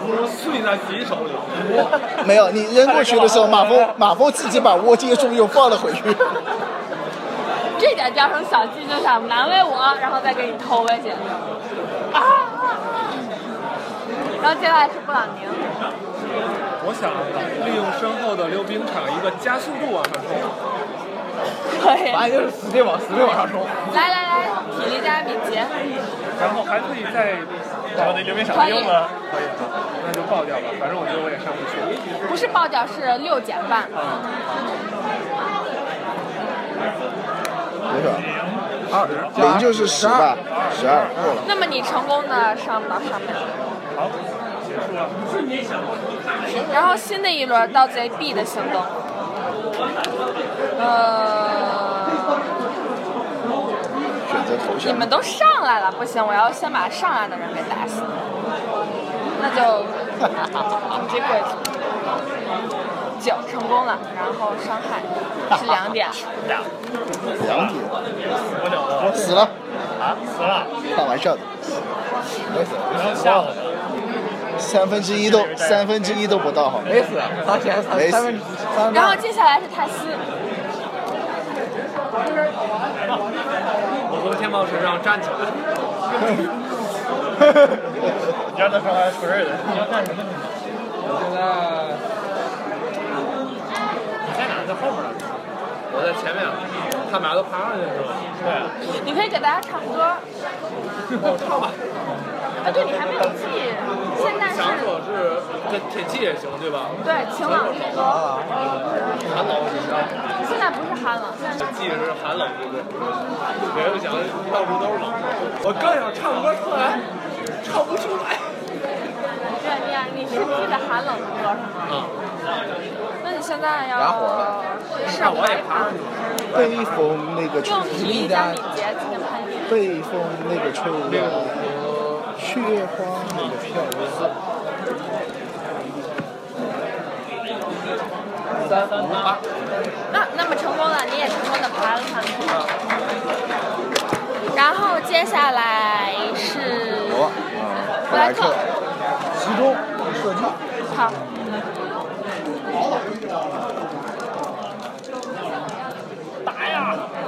Speaker 7: 蜂窝，
Speaker 5: 碎在自己手里。
Speaker 2: 没有，你扔过去的时候，马
Speaker 7: [laughs]
Speaker 2: 蜂马蜂自己把窝接住又放了回去。
Speaker 1: 这点叫声小技就想难为我，然后再给你偷回去。啊！然后接下来是布朗宁，
Speaker 5: 我想利用身后的溜冰场一个加速度往上冲。
Speaker 1: 可以，
Speaker 7: 反正就是死对往死对往上冲，
Speaker 1: 来来来，体力加敏捷，
Speaker 5: 然后还可以再，
Speaker 7: 然后那溜冰场用了，
Speaker 5: 可以啊，那就爆掉吧。反正我觉得我也上不去。
Speaker 1: 不是爆掉是六减半，
Speaker 2: 多少？零就是十吧，十二过了。
Speaker 1: 那么你成功的上到上面。好，然后新的一轮盗贼 B 的行动，呃，
Speaker 2: 选择投
Speaker 1: 你
Speaker 2: 降。
Speaker 1: 们都上来了，不行，我要先把上来的人给打死。那就直接过去。九成功了，然后伤害是两点。
Speaker 2: 两点，
Speaker 7: 我了了
Speaker 2: 死了，
Speaker 7: 啊死了，
Speaker 2: 开玩笑的，
Speaker 7: 然后吓我了，
Speaker 2: 三分之一都三分之一都不到，好吗？
Speaker 4: 没死，咱前三
Speaker 2: 没死
Speaker 4: 三分之三分之
Speaker 1: 然后接下来是泰斯，
Speaker 5: 我从天猫身上站起来，
Speaker 7: 你让他说还出事儿的，
Speaker 5: 你在哪？在后啊面呢？我在前面，他们俩都爬上去了是吧？
Speaker 1: 你可以给大家
Speaker 5: [laughs]
Speaker 1: 唱歌。唱吧。啊，对，你还没有记，现在
Speaker 5: 场
Speaker 1: 是
Speaker 5: 所是跟铁器也行对吧？
Speaker 1: 对晴朗之歌，
Speaker 5: 寒冷是吧？
Speaker 1: 现在不是寒冷，现在
Speaker 5: 记是寒冷之歌，别人想到处都是冷。
Speaker 4: 我刚想唱歌出来，唱不出来。
Speaker 1: 对你啊，你是记得寒冷的歌是吗？
Speaker 5: 嗯
Speaker 1: 那你现在要是
Speaker 5: 那我也爬上去了。
Speaker 2: 被风那个吹
Speaker 1: 用体力加敏捷进行判定。
Speaker 2: 被风那个吹乱，雪花那个飘落。
Speaker 1: 那那么成功了，你也
Speaker 5: 嗯
Speaker 1: 成功的爬了上去。然后接下来
Speaker 2: 呃
Speaker 1: 布莱克，
Speaker 2: 集中设计。
Speaker 1: 好，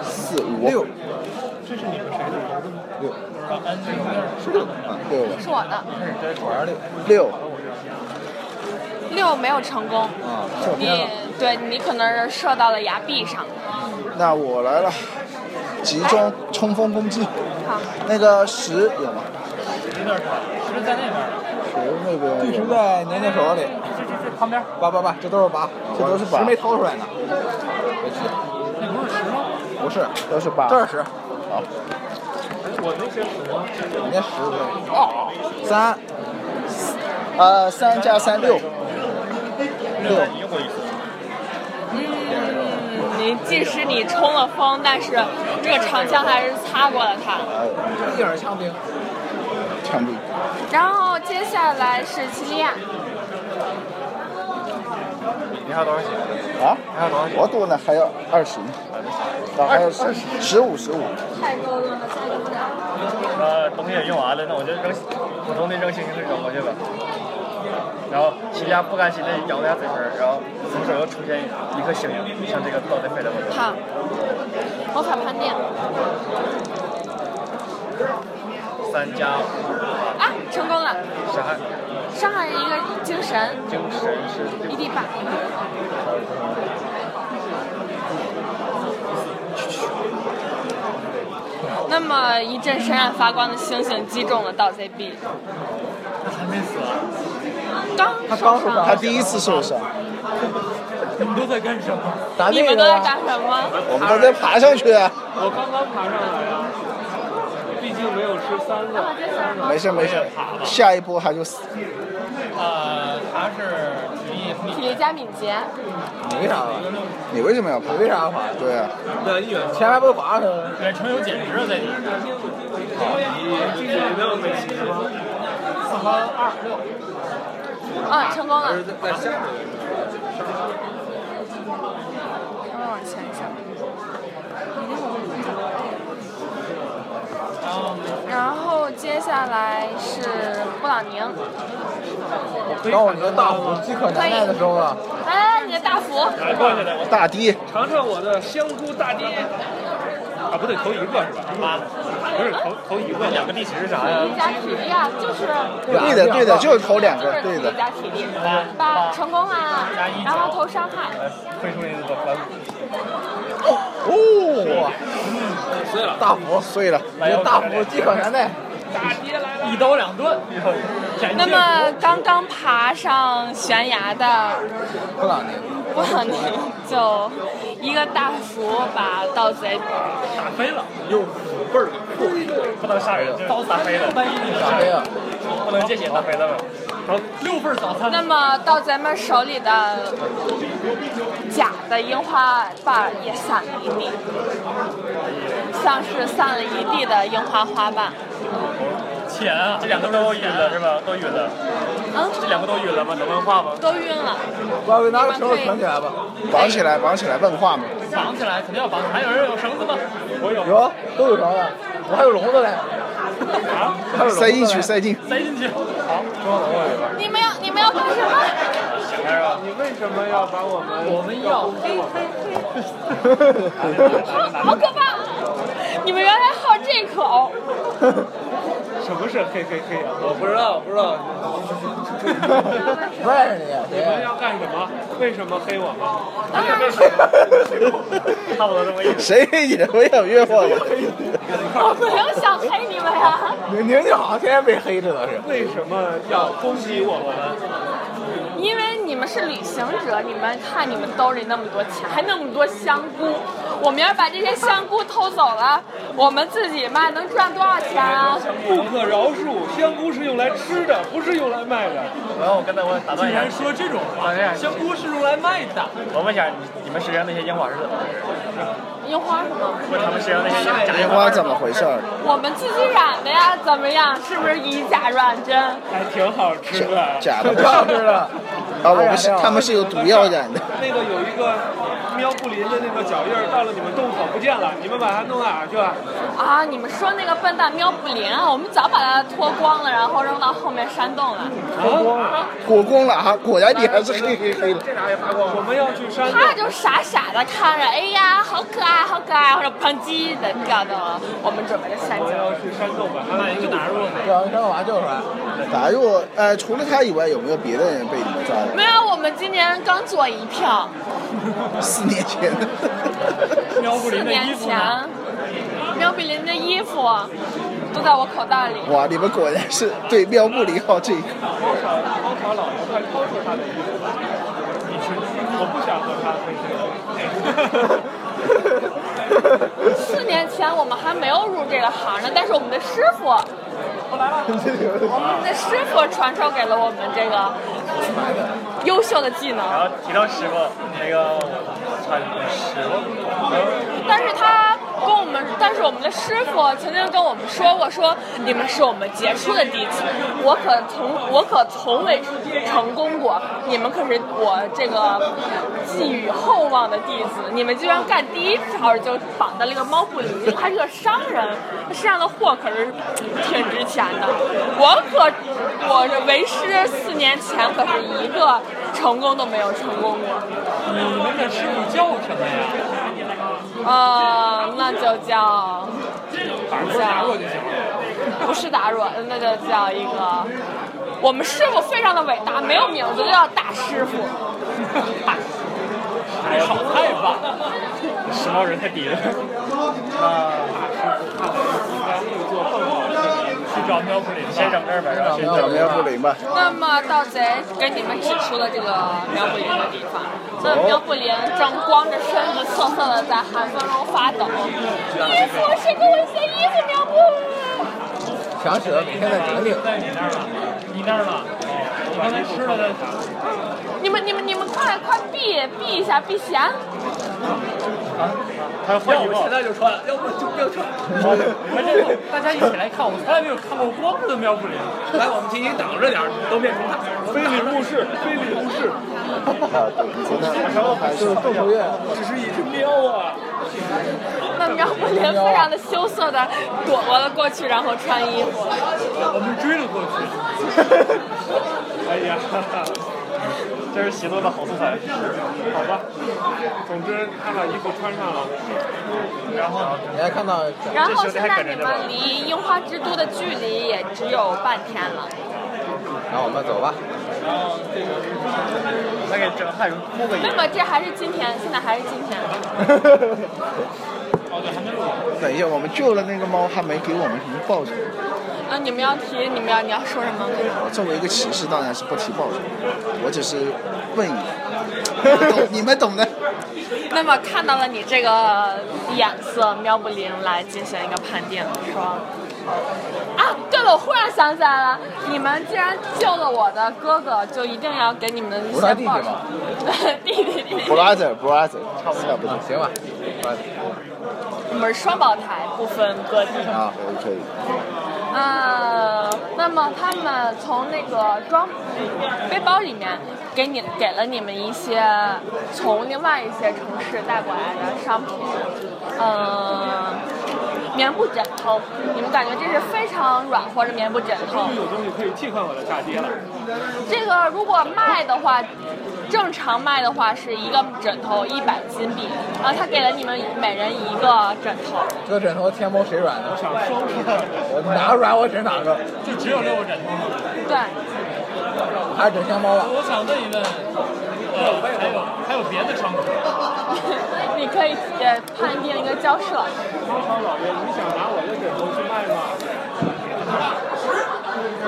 Speaker 2: 四五六，这是你们谁的名字吗？六，是六啊，六吧，
Speaker 1: 是我的
Speaker 2: 六
Speaker 1: 六没有成功，
Speaker 2: 啊，跳偏
Speaker 1: 你
Speaker 2: 了。
Speaker 1: 对你可能是射到了崖壁上。
Speaker 2: 那我来了，集中冲锋攻击。
Speaker 1: 好，
Speaker 2: 那个十有吗？
Speaker 8: 是在那边儿，
Speaker 2: 十那边
Speaker 4: 地
Speaker 2: 有
Speaker 4: 图
Speaker 2: 吗
Speaker 4: 在娘娘手里，
Speaker 8: 这这这旁边儿，
Speaker 4: 八八八，这都是八，
Speaker 2: 这都是八
Speaker 4: 十没掏出来呢，
Speaker 8: 那不是石吗？
Speaker 4: 不是，
Speaker 2: 都是八，
Speaker 4: 这是十，
Speaker 2: 人家十个。
Speaker 4: 三
Speaker 2: 呃，三加三六，六
Speaker 1: 嗯，你即使你冲了风，但是这个长枪还是擦过了它。
Speaker 4: 一点枪兵，
Speaker 2: 枪毙。
Speaker 1: 然后接下来是奇利亚，
Speaker 7: 你还有多少血？
Speaker 2: 啊？
Speaker 7: 还有多少血？
Speaker 2: 我多呢，还要二十呢，啊，还有十十五十五，
Speaker 1: 太多了，太多了。
Speaker 7: 呃，东西也用完了，那我就扔普通的扔星星水扔过去吧。然后齐家不甘心的咬了下嘴唇儿，然后左手又出现一颗星星，向这个倒在飞了过去。
Speaker 1: 好，魔法盘点
Speaker 7: 三加五
Speaker 1: 啊，成功了，
Speaker 7: 伤害，
Speaker 1: 伤害一个精神
Speaker 7: 精神是六
Speaker 1: 一 d 八。那么一阵闪闪发光的星星击中了盗贼 B，
Speaker 8: 还没死啊？
Speaker 1: 刚受伤。
Speaker 2: 他第一次受伤，
Speaker 8: 你们都在干什么？
Speaker 4: 打
Speaker 1: 你
Speaker 4: 啊那
Speaker 1: 们都在
Speaker 4: 个
Speaker 1: 干什么？
Speaker 2: 我们都在爬上去啊。
Speaker 5: 我刚刚爬上来啊，毕竟没有吃三个。
Speaker 2: 没事没事，下一波他就死。
Speaker 8: 呃，他是你你
Speaker 1: 体力加敏捷，
Speaker 4: 你为啥玩？
Speaker 2: 你为什么要爬
Speaker 4: 你？为啥玩？
Speaker 2: 对啊，
Speaker 5: 那一远
Speaker 4: 前面不是划上去了吗？
Speaker 8: 远程有减值啊，在你。
Speaker 5: 距离没有美琪吗？
Speaker 1: 嗯，成功了
Speaker 3: 还。是在在下面。
Speaker 1: 稍微往前一下。然后接下来是布朗宁，
Speaker 4: 当我觉得大虎饥渴难耐的时候啊，
Speaker 1: 哎，你的大福，
Speaker 5: 过去了，我
Speaker 2: 大低
Speaker 5: 尝尝我的香菇大爹。啊，不对，头一个是吧？妈的，不是头头一个，两个历史是啥呀？
Speaker 1: 你加体力啊，就是
Speaker 2: 对的对的，就是投两
Speaker 1: 就
Speaker 2: 个，
Speaker 1: 是
Speaker 2: 对
Speaker 1: 自己
Speaker 2: 的。
Speaker 1: 加体力，八成功啦，然后投伤害，
Speaker 7: 会出那个反
Speaker 2: 哦，
Speaker 4: 大虎，
Speaker 2: 碎了，
Speaker 4: 我觉得大虎饥渴难耐，
Speaker 8: 一刀两断，
Speaker 1: 那么刚刚爬上悬崖的
Speaker 4: 不朗宁，
Speaker 1: 布朗宁就一个大福把盗贼 [laughs]
Speaker 8: 打飞了，
Speaker 7: 不能杀人，刀打飞了，
Speaker 8: 万一你
Speaker 4: 大
Speaker 8: 杀
Speaker 4: 飞啊，
Speaker 7: 不能见血打飞了吧？
Speaker 8: 六份早餐，
Speaker 1: 那么到咱们手里的假的樱花瓣儿也散了一地，像是散了一地的樱花花瓣。
Speaker 7: 钱啊，这两个都晕了是吧？都晕了，
Speaker 1: 嗯，
Speaker 7: 这两个都晕了吗？能问话吗？
Speaker 1: 都晕了。
Speaker 4: 把我拿个绳子捆起来吧。
Speaker 2: 绑起来绑起来，问话嘛。
Speaker 8: 绑起来肯定要绑起来。还有人有绳子吗？
Speaker 5: 我有
Speaker 4: 有，都有绳子，我还有笼子嘞，我还有笼子嘞
Speaker 2: 塞进去，塞进，
Speaker 8: 塞进去。
Speaker 1: 你们要你们要干什么？
Speaker 5: 你为什么要把我们？
Speaker 8: 我们要黑
Speaker 1: 好好可怕！你们原来好这口，
Speaker 5: 什么是嘿嘿嘿啊？
Speaker 3: 我不知道，不知道。
Speaker 4: 不认识你，啊
Speaker 5: 你们
Speaker 4: 谁？
Speaker 5: 要干什么？为什么黑我们？
Speaker 7: 差不多这么意思。
Speaker 2: 谁给你的？我想约我了。
Speaker 1: 我没有想黑你们啊！
Speaker 4: 宁宁就好像天天被黑着呢，是。
Speaker 5: 为什么要攻击我们？
Speaker 1: 因为你们是旅行者，你们看你们兜里那么多钱，还那么多香菇，我们要把这些香菇偷走了，我们自己卖能赚多少钱啊？
Speaker 5: 不可饶恕！香菇是用来吃的，不是用来卖的。
Speaker 7: 然后我刚才我打断一
Speaker 8: 竟
Speaker 7: 下
Speaker 8: 然，说这种话
Speaker 7: 哎呀，
Speaker 8: 香菇是用来卖的。
Speaker 7: 我问一下，你你们身上那些烟花是怎么回事？
Speaker 1: 樱花是吗？
Speaker 7: 问他们身上那些假
Speaker 2: 莲
Speaker 7: 烟
Speaker 2: 花
Speaker 7: 花
Speaker 2: 怎么回事？儿？
Speaker 1: 我们自己染的呀，怎么样？是不是以假乱真？
Speaker 5: 还挺好吃的。
Speaker 2: 假的
Speaker 4: 挺好吃的，
Speaker 2: 啊，我们是他们是有毒药染的。
Speaker 5: 那个有一个喵不林的那个脚印儿到了你们洞口不见了，你们把它弄哪儿去了？
Speaker 1: 啊，你们说那个笨蛋喵不灵啊，我们早把它脱光了，然后扔到后面山洞了。
Speaker 2: 火光了啊！果然你还是黑黑黑的。
Speaker 5: 我们要去山洞，
Speaker 1: 他就傻傻的看着，哎呀，好可爱，好可爱，或者砰叽的掉到了我们准备的山
Speaker 5: 我们
Speaker 1: 脚。
Speaker 5: 要去山洞把它们打入了。
Speaker 4: 让让娃救出来。
Speaker 2: 打入呃，除了他以外，有没有别的人被你们抓了？
Speaker 1: 没有，我们今年刚做一票，
Speaker 2: 四年前 [laughs] 的。
Speaker 5: 喵
Speaker 1: 四
Speaker 5: 不林的衣
Speaker 1: 年
Speaker 5: 服呢？
Speaker 1: 前，喵比林的衣服都在我口袋里。
Speaker 2: 哇，你们果然是对喵布林好这一口。
Speaker 5: 高考老师快掏出他的衣服，你吃，我不想喝咖啡。
Speaker 1: 四年前我们还没有入这个行呢，但是我们的师傅，我们的师傅传授给了我们这个优秀的技能。
Speaker 7: 然后提到师傅，那个我操，师傅，
Speaker 1: 但是他跟我们，但是我们的师傅曾经跟我们说过，说你们是我们杰出的弟子，我可从我可从未成功过，你们可是我这个寄予厚望的弟子，你们居然干第一条就绑到了一个猫不理，他是个商人，他身上的货可是挺值钱的，我可我这为师四年前可是一个成功都没有成功过。
Speaker 8: 你们的师傅叫什么呀？
Speaker 1: 呃，那就叫叫不是打软，那就叫一个。我们师傅非常的伟大，没有名字就叫大师傅。
Speaker 5: 好害怕。
Speaker 7: 时髦人太低了。
Speaker 5: 去找喵不林吧。
Speaker 7: 先整这儿呗，然后先
Speaker 2: 找
Speaker 7: 整这
Speaker 2: 喵布
Speaker 7: 儿。
Speaker 2: 林吧。
Speaker 1: 那么盗贼给你们指出了这个苗不林的地方，那苗不林正光着身子瑟瑟的在寒风中发抖。衣服，谁给我一件衣服？苗不林。
Speaker 4: 想起了每天在顶顶，
Speaker 5: 在你那儿了，你那儿了。我刚才吃了的啥？
Speaker 1: 你们你们你们快快避避一下避嫌！
Speaker 7: 他换衣服，
Speaker 5: 在就穿，要不就不要穿。
Speaker 8: 你们这大家一起来看，我从来没有看过光着的喵不灵。
Speaker 5: 来，我们提醒挡着点儿，都变成非礼勿视，非礼勿视。
Speaker 2: 啊，对，真的还是
Speaker 4: 就是郑愁月
Speaker 5: 只是一只喵啊！
Speaker 1: 那苗不林非常的羞涩的躲过了过去，然后穿衣服。
Speaker 5: 我们追了过去。哎呀，
Speaker 7: 这是习作的好素材。
Speaker 5: 好吧。总之，他把衣服穿上了。
Speaker 7: 然后
Speaker 4: 你还看到
Speaker 1: 然后现在你们离樱花之都的距离也只有半天了。
Speaker 4: 让我们走吧。
Speaker 7: 他给整害人哭个
Speaker 1: 没有，没有这还是今天，现在还是今天。
Speaker 2: 等一下，我们救了那个猫，还没给我们什么报酬。
Speaker 1: 啊，你们要提，你们要你要说什么？
Speaker 2: 我作为一个骑士，当然是不提报酬，我只是问一问，懂 [laughs] 你们懂的。
Speaker 1: 那么看到了你这个眼色，喵不灵来进行一个判定，说。啊，对了，我忽然想起来了，你们既然救了我的哥哥，就一定要给你们一
Speaker 4: 我
Speaker 1: 些
Speaker 4: 是他弟弟
Speaker 1: 报酬
Speaker 4: 吗。
Speaker 1: 弟 [laughs] 弟弟弟，
Speaker 2: Brother, brother，差不多
Speaker 4: 嗯，行吧。
Speaker 1: 我们是双胞胎，不分哥弟。
Speaker 2: 啊，可以。
Speaker 1: 啊，那么他们从那个装背包里面呃给你给了你们一些从另外一些城市带过来的商品，呃，棉布枕头，你们感觉这是非常软和的棉布枕头。
Speaker 5: 有东西可以替换我的大爹了。
Speaker 1: 这个呃如果卖的话，正常卖的话是一个枕头一百金币，啊，他给了你们每人一个枕头。
Speaker 4: 这个枕头天猫谁软的？我哪个软我枕哪个，
Speaker 8: 就只有六个枕头吗？
Speaker 1: 对，
Speaker 4: 还是枕天猫吧。
Speaker 8: 我想问一问，呃，还有还有别的商品？
Speaker 1: 你可以呃判定一个交涉。
Speaker 5: 猫超老爷，你想拿我的枕头去卖吗？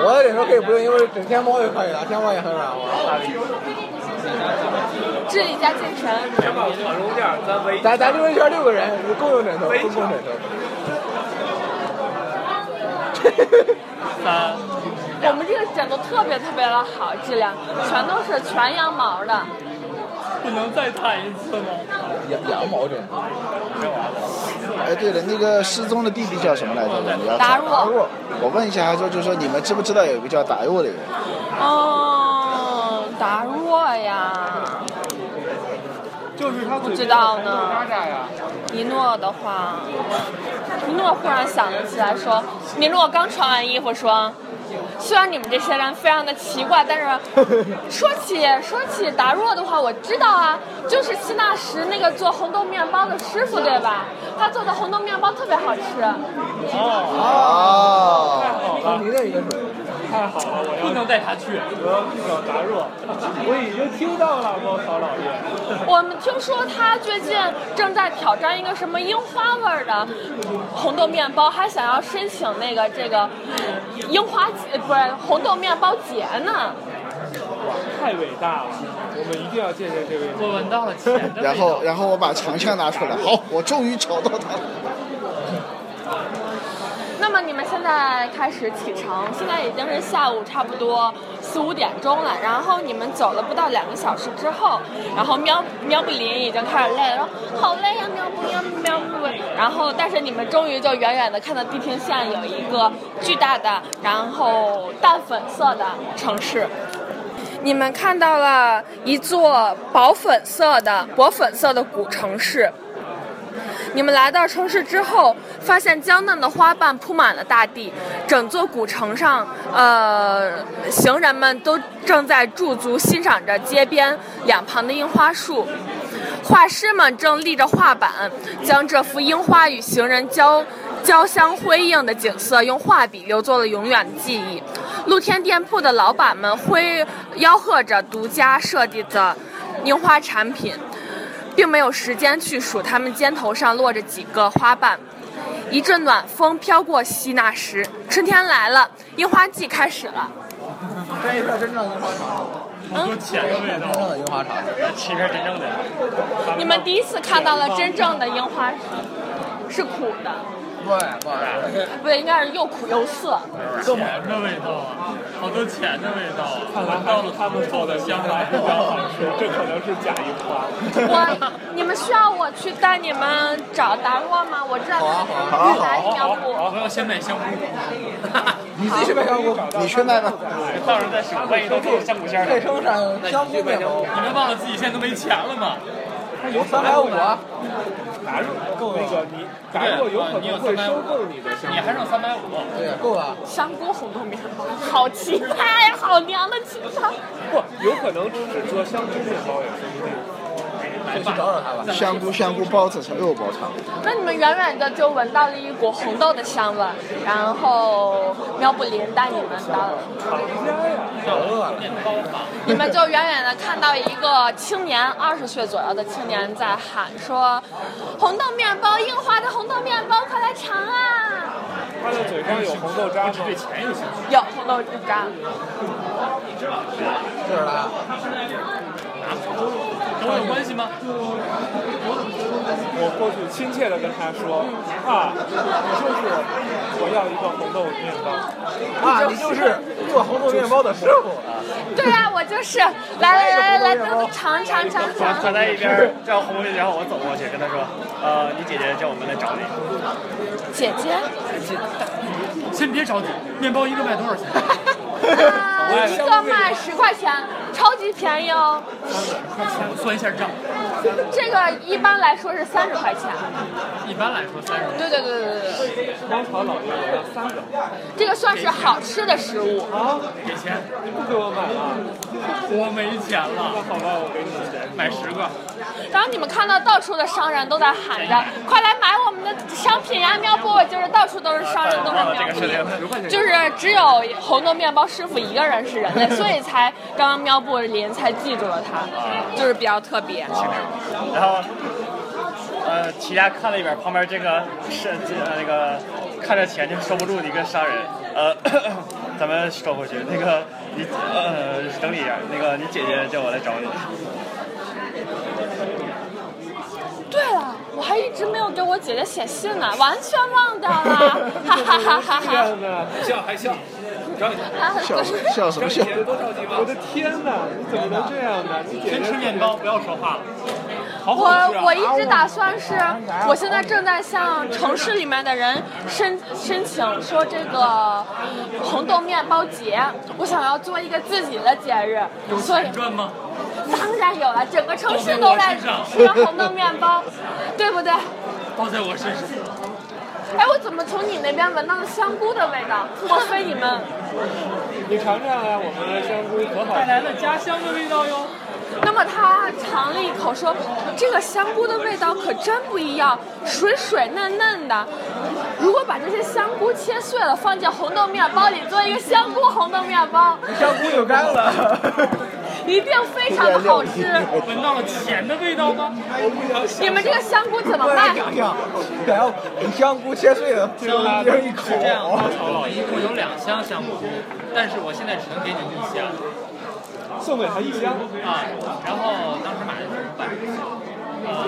Speaker 4: 我的枕头可以不用，因为枕天猫就可以了，天猫也很软和。
Speaker 1: 智力加精神。
Speaker 5: 先把我藏容店，咱唯一
Speaker 4: 咱咱溜一圈六个人，共用枕头，共用枕头。
Speaker 7: 三，
Speaker 1: 我们这个枕头特别特别的好，质量全都是全羊毛的。
Speaker 8: 不能再谈一次吗？
Speaker 4: 羊羊毛枕头，
Speaker 2: 哎，对了，那个失踪的弟弟叫什么来着？你要
Speaker 1: 打入，
Speaker 2: 我问一下，他说就是说你们知不知道有一个叫达若的人？
Speaker 1: 哦，达若呀，
Speaker 6: 就是他
Speaker 1: 不
Speaker 6: 嘴
Speaker 1: 知道呢。
Speaker 3: 渣渣呀，
Speaker 1: 一诺的话，一诺忽然想了起来，说：“米诺刚穿完衣服说，虽然你们这些人非常的奇怪，
Speaker 6: [laughs]
Speaker 1: 但是说起说起达若的话，我知道啊，就是希纳什那个做红豆面包的师傅，对吧？他做的红豆面包特别好吃。
Speaker 2: 哦，
Speaker 6: 他迷恋一个水，
Speaker 5: 太好了，我要
Speaker 8: 不能带他去。
Speaker 5: 我要去找达若，我已经听到了，猫草老爷。
Speaker 1: [laughs] 我们听说他最近正在挑战一个什么樱花味儿的红豆面包，还想要申请那个这个樱花节不是红豆面包节呢。”
Speaker 5: 太伟大了，我们一定要见见这位。
Speaker 8: 我闻到了钱的味道。
Speaker 2: 然后然后我把长枪拿出来，好，我终于找到他了。
Speaker 1: 那么你们现在开始启程，现在已经是下午差不多四五点钟了。然后你们走了不到两个小时之后，然后喵喵不林已经开始累了，说好累呀、喵不喵喵啊不。然后但是你们终于就远远的看到地平线有一个巨大的，然后淡粉色的城市。你们看到了一座薄粉色的、薄粉色的古城市。你们来到城市之后，发现娇嫩的花瓣铺满了大地，整座古城上，呃，行人们都正在驻足欣赏着街边两旁的樱花树。画师们正立着画板，将这幅樱花与行人交交相辉映的景色用画笔留作了永远的记忆。露天店铺的老板们挥吆喝着独家设计的樱花产品，并没有时间去数他们肩头上落着几个花瓣。一阵暖风飘过希纳什，春天来了，樱花季开始了。
Speaker 4: 这一片真正的樱花茶，
Speaker 5: 有钱的味道
Speaker 4: 真，正的樱花茶，
Speaker 5: 吃一片真正的。
Speaker 1: 你们第一次看到了真正的樱花，是苦的，
Speaker 4: 对，不好意思
Speaker 1: 不对，应该是又苦又涩。
Speaker 5: 钱的味道啊，好多钱的味道啊！看来到了他们做的香还比较好吃，这可能是假樱花。
Speaker 1: 我，你们需要我去带你们找达若吗？我知道他们来苗
Speaker 5: 好
Speaker 1: 圃。
Speaker 5: 我要先买香菇，
Speaker 4: 你自己去卖香菇，
Speaker 2: 你去卖吧，
Speaker 5: 到时候再说。万一都做香菇馅儿
Speaker 4: 配
Speaker 5: 的，
Speaker 4: 生产香菇面包，
Speaker 5: 你们忘了自己现在都没钱了吗？
Speaker 4: 有三百五啊，
Speaker 5: 达若那个啊你，达若有可能会收购你的香菇，你还剩三百五。
Speaker 4: 对呀，够了，
Speaker 1: 香菇红豆面包，好期待，好娘的期待！
Speaker 5: 不，有可能只做香菇面包也说不定。
Speaker 4: 就去找找他吧。
Speaker 2: 香菇香菇包子哎肉包汤，
Speaker 1: 那你们远远的就闻到了一股红豆的香味儿，然后苗布林带你们到了，
Speaker 4: 好饿啊，
Speaker 1: 你们就远远的看到一个青年，二十岁左右的青年在喊说：“红豆面包，樱花的红豆面包，快来尝啊！
Speaker 5: 他的嘴上有红豆渣吗？对钱有兴趣。
Speaker 1: 有红豆之渣。”
Speaker 4: 就是他，
Speaker 5: 跟我有关系吗？我过去亲切地跟他说：“啊，你就是我要一个红豆面包。
Speaker 4: 啊，你就是做红豆面包的师傅啊，
Speaker 1: 对啊，我就是来来来来来，尝尝尝
Speaker 7: 我
Speaker 1: 尝
Speaker 7: 他。在一边叫红卫，然后我走过去跟他说，呃，你姐姐叫我们来找你。
Speaker 1: 姐姐，
Speaker 5: 先别着急，面包一个卖多少钱？
Speaker 1: [laughs]
Speaker 5: 哎
Speaker 1: 啊，一个卖十块钱，超级便宜哦。
Speaker 5: 我算一下账。
Speaker 1: 这个一般来说是三十块钱。
Speaker 5: 一般来说三十。
Speaker 1: 对对对对对对，
Speaker 5: 猫草老爷，我要三个。
Speaker 1: 这个算是好吃的食物。
Speaker 5: 啊，给钱，不给我买了，我没钱了。那好吧，我给你钱，买十个。
Speaker 1: 然后你们看到到处的商人都在喊着：“快来买我们的商品呀、喵波！”就是到处都是商人，都是
Speaker 7: 啊这
Speaker 1: 喵
Speaker 7: 个事
Speaker 1: 波。
Speaker 5: [laughs]
Speaker 7: 情，
Speaker 1: 就是只有红豆面包师傅一个人是人类，所以才刚刚喵布林才记住了他，就是比较特别。
Speaker 7: 然后，呃，齐亚看了一眼旁边这个是这呃那个看着钱就收不住的一个商人，呃， [coughs] 咱们收回去，那个你呃整理一下，那个你姐姐叫我来找你，
Speaker 1: 对了，我还一直没有给我姐姐写信呢，完全忘掉了，哈哈哈哈哈！
Speaker 5: 呢，笑还笑，
Speaker 1: 啊
Speaker 2: 笑
Speaker 1: 不是，
Speaker 2: 笑什么笑？
Speaker 5: 我的天哪，你怎么能这样呢？你姐姐吃面包不要说话了。
Speaker 7: 好好吃
Speaker 1: 我
Speaker 7: 啊
Speaker 1: 我一直打算是，我现在正在向城市里面的人申申请说这个红豆面包节，我想要做一个自己的节日，所以
Speaker 7: 赚吗？
Speaker 1: 当然有了，整个城市都在吃红豆面包，对不对？
Speaker 7: 包在我身上。
Speaker 1: 哎，我怎么从你那边闻到了香菇的味道？莫非你们？
Speaker 7: 你尝尝啊，我们
Speaker 5: 呃
Speaker 7: 的香菇可好
Speaker 5: 带来了家乡的味道哟。
Speaker 1: 那么他尝了一口，说：“这个香菇的味道可真不一样，水水嫩嫩的。如果把这些香菇切碎了，放进红豆面包里，做一个香菇红豆面包，
Speaker 4: 香菇有干了，
Speaker 1: 一定非常的好吃。
Speaker 7: 闻到了钱的味道吗？我不想想。
Speaker 1: 你们这个香菇怎么
Speaker 4: 过来
Speaker 1: 办？
Speaker 4: 讲讲，然后香菇切碎了，扔一口
Speaker 5: 是。这样，高潮老一共有两箱香菇，但是我现在只能给你一箱
Speaker 7: 送给他一箱。
Speaker 5: 啊。然后当时买的是五百，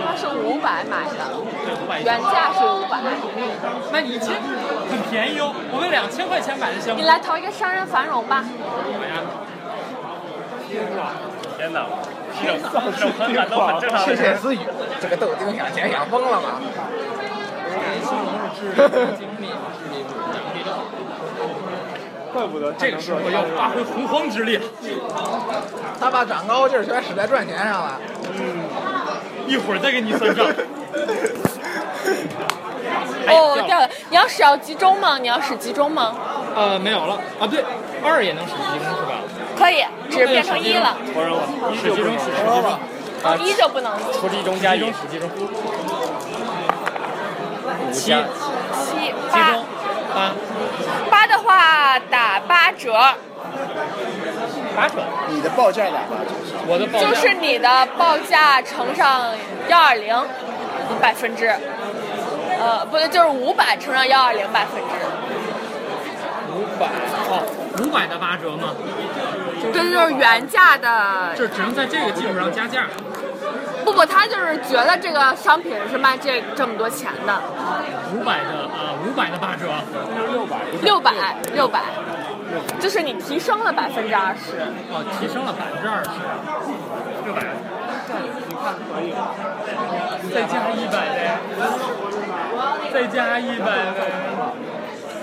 Speaker 1: 他是五百买的，
Speaker 5: 对，五百一
Speaker 1: 原
Speaker 5: 箱，
Speaker 1: 价是五百。
Speaker 5: 那你一千很便宜哦。我们两千块钱买的香菇
Speaker 1: 你，来投一个商人繁荣吧。
Speaker 7: 天哪！这种这种很感动很正常的
Speaker 4: 窃
Speaker 7: 事
Speaker 4: 窃
Speaker 7: 儿。
Speaker 4: 私语，
Speaker 8: 这个豆丁养钱养疯了吧？
Speaker 7: 怪不得这个时候要发挥洪荒之力，
Speaker 8: 他把长高劲儿全使在赚钱上了。
Speaker 7: 一会儿再给你算账。
Speaker 1: 哦，掉了。你要使要集中吗？你要使集中吗？
Speaker 5: 呃，没有了啊。对，二也能使集中是吧？
Speaker 1: 可以，只变成一了，
Speaker 7: 我让我
Speaker 5: 使集中，使集中，啊
Speaker 4: 了，
Speaker 1: 哦一就不能了
Speaker 5: 除集中加一，使集中，
Speaker 1: 七七
Speaker 5: 集
Speaker 1: 八
Speaker 5: 中啊八
Speaker 1: 八的话打八折。
Speaker 5: 八折。
Speaker 2: 你的报价打八折，
Speaker 5: 我的报价
Speaker 1: 就是你的报价乘上幺二零百分之，呃，不对，就是五百乘上幺二零百分之，
Speaker 5: 五百哦，五百的八折吗？
Speaker 1: 这就是原价的。
Speaker 5: 就是只能在这个基础上加价。
Speaker 1: 不不，他就是觉得这个商品是卖这这么多钱的，
Speaker 5: 五百的啊，五百的八折，
Speaker 1: 六百六百，就是你提升了百分之二十。
Speaker 5: 哦，提升了百分之二十，六百。再加一百呗，再加一百呗。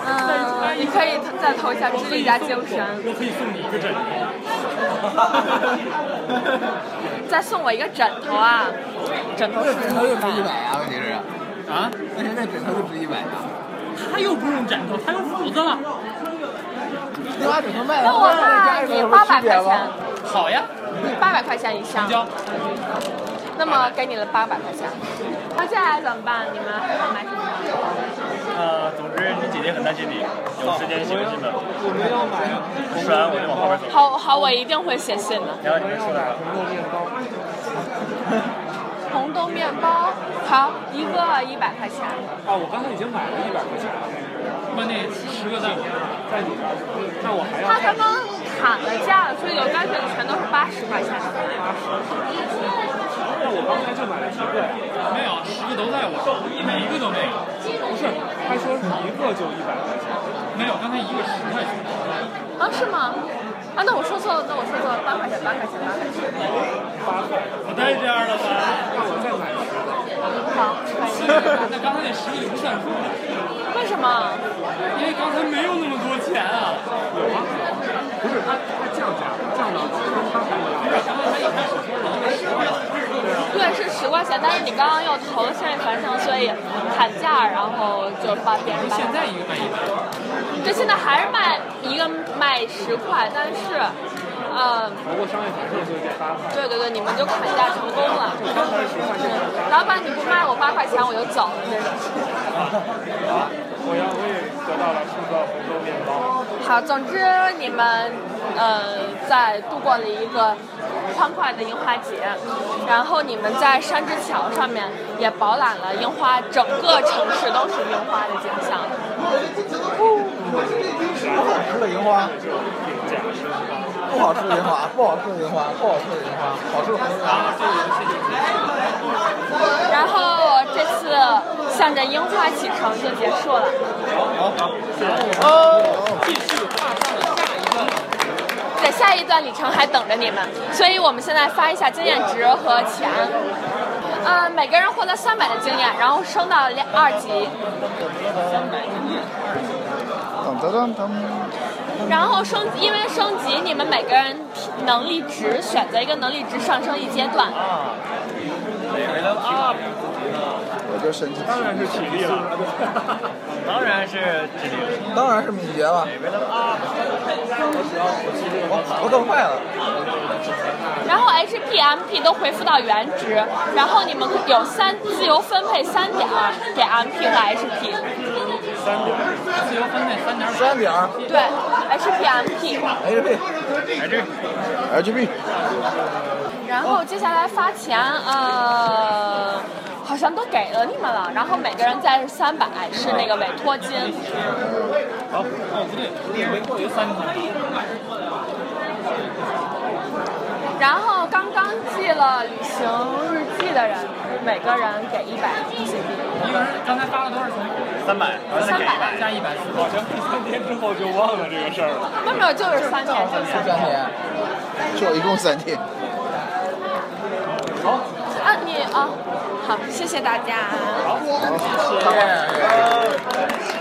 Speaker 1: 嗯，你可以再投一下智力加精神，
Speaker 7: 我可以送你一个枕头。
Speaker 1: 再送我一个枕头啊！枕头是
Speaker 8: 枕头就值一百啊，问题是，
Speaker 5: 啊，
Speaker 8: 那现在枕头就值一百啊。
Speaker 5: 他又不用枕头，他用斧子了。
Speaker 8: 你把枕头卖
Speaker 1: 那
Speaker 8: 了，
Speaker 1: 我卖你八百块钱，
Speaker 5: 好呀，
Speaker 1: 八百块钱一箱。
Speaker 5: 交
Speaker 1: 那么给你了八百块钱，那接下来怎么办？你们还想买什么？
Speaker 7: 呃，总之这几天很担心你，有时间写个信吧。我们要买。吃完我就往后边走。
Speaker 1: 好好，我一定会写信的。
Speaker 7: 然后你们说啥？
Speaker 1: 红豆面包，好，一个一百块钱。
Speaker 7: 啊，我刚才已经买了一百块钱，
Speaker 5: 关键十个在我那儿，
Speaker 7: 在你这儿。那我还
Speaker 1: 他刚刚砍了价了，所以有干脆的全都是八十块钱的。
Speaker 7: 那我刚才就买了一个呀。
Speaker 5: 没有十个都在我这儿，每一个都没有，
Speaker 7: 不是，他说是一个就一百块钱。
Speaker 5: 没有，刚才一个十块钱。
Speaker 1: 啊，是吗？啊，那我说错了，那我说错了，八块钱，八块钱，八块钱。
Speaker 7: 不带这样的吧？那我再买一个。
Speaker 1: 好，可
Speaker 5: 啊那刚才那十个就不算数了，
Speaker 1: 以。为什么？
Speaker 5: 因为刚才没有那么多钱啊。
Speaker 7: 不是，他他降价，降到七分八块钱。
Speaker 1: 对，是十块钱，但是你刚刚又投了商业反向，所以砍价，然后就八变成八。
Speaker 5: 现在一个卖一百，
Speaker 1: 这现在还是卖一个卖十块，但是，呃，
Speaker 7: 不过商业反射就得八块。
Speaker 1: 对对对，你们就砍价成功了。嗯，老板你不卖我八块钱我就走了这种。
Speaker 7: 我要我也得到了数个红豆面包。
Speaker 1: 好，总之你们呃在度过了一个欢快的樱花节，然后你们在山之桥上面也饱览了樱花，整个城市都是樱花的景象。
Speaker 4: 不好吃的樱花，不好吃的樱花，不好吃的樱花，不好吃的樱花，好吃的红花。
Speaker 1: 然后这次向着樱花启程就结束了。哦好，对，下一段旅程还等着你们，所以我们现在发一下经验值和钱。呃，每个人获得三百的经验，然后升到两二级，
Speaker 2: 当当当当，
Speaker 1: 然后升因为升级，你们每个人能力值选择一个能力值上升一阶段。
Speaker 2: 我就升级，
Speaker 5: 当然是体力了。
Speaker 7: 当然是这个。
Speaker 4: 当然是敏捷了。我跑得更快了。
Speaker 1: 然后 HP、MP 都回复到原值，然后你们有三自由分配三点儿给 MP 和 HP。
Speaker 8: 自由分配三点儿
Speaker 4: 三点儿
Speaker 1: 对，HP、MP。
Speaker 4: HP，
Speaker 2: RGB，
Speaker 1: 然后接下来发钱，呃，好像都给了你们了。然后每个人再是三百，是那个委托金。
Speaker 8: 哦，不对，没过于三级。
Speaker 1: 然后刚刚记了旅行日记的人，每个人给一百金币，
Speaker 8: 一个人刚才发了多少钱？
Speaker 7: 三百，然后再
Speaker 1: 三
Speaker 7: 给一
Speaker 1: 百
Speaker 7: 百。。
Speaker 8: 加一百四。
Speaker 5: 好像第三天之后就忘了这个事儿了。
Speaker 1: 没有没有，就是三天，就是三天。
Speaker 4: 三点。
Speaker 2: 就一共三天。
Speaker 1: 啊，
Speaker 4: [laughs]
Speaker 1: 你啊，好，谢谢大家。
Speaker 4: 谢谢。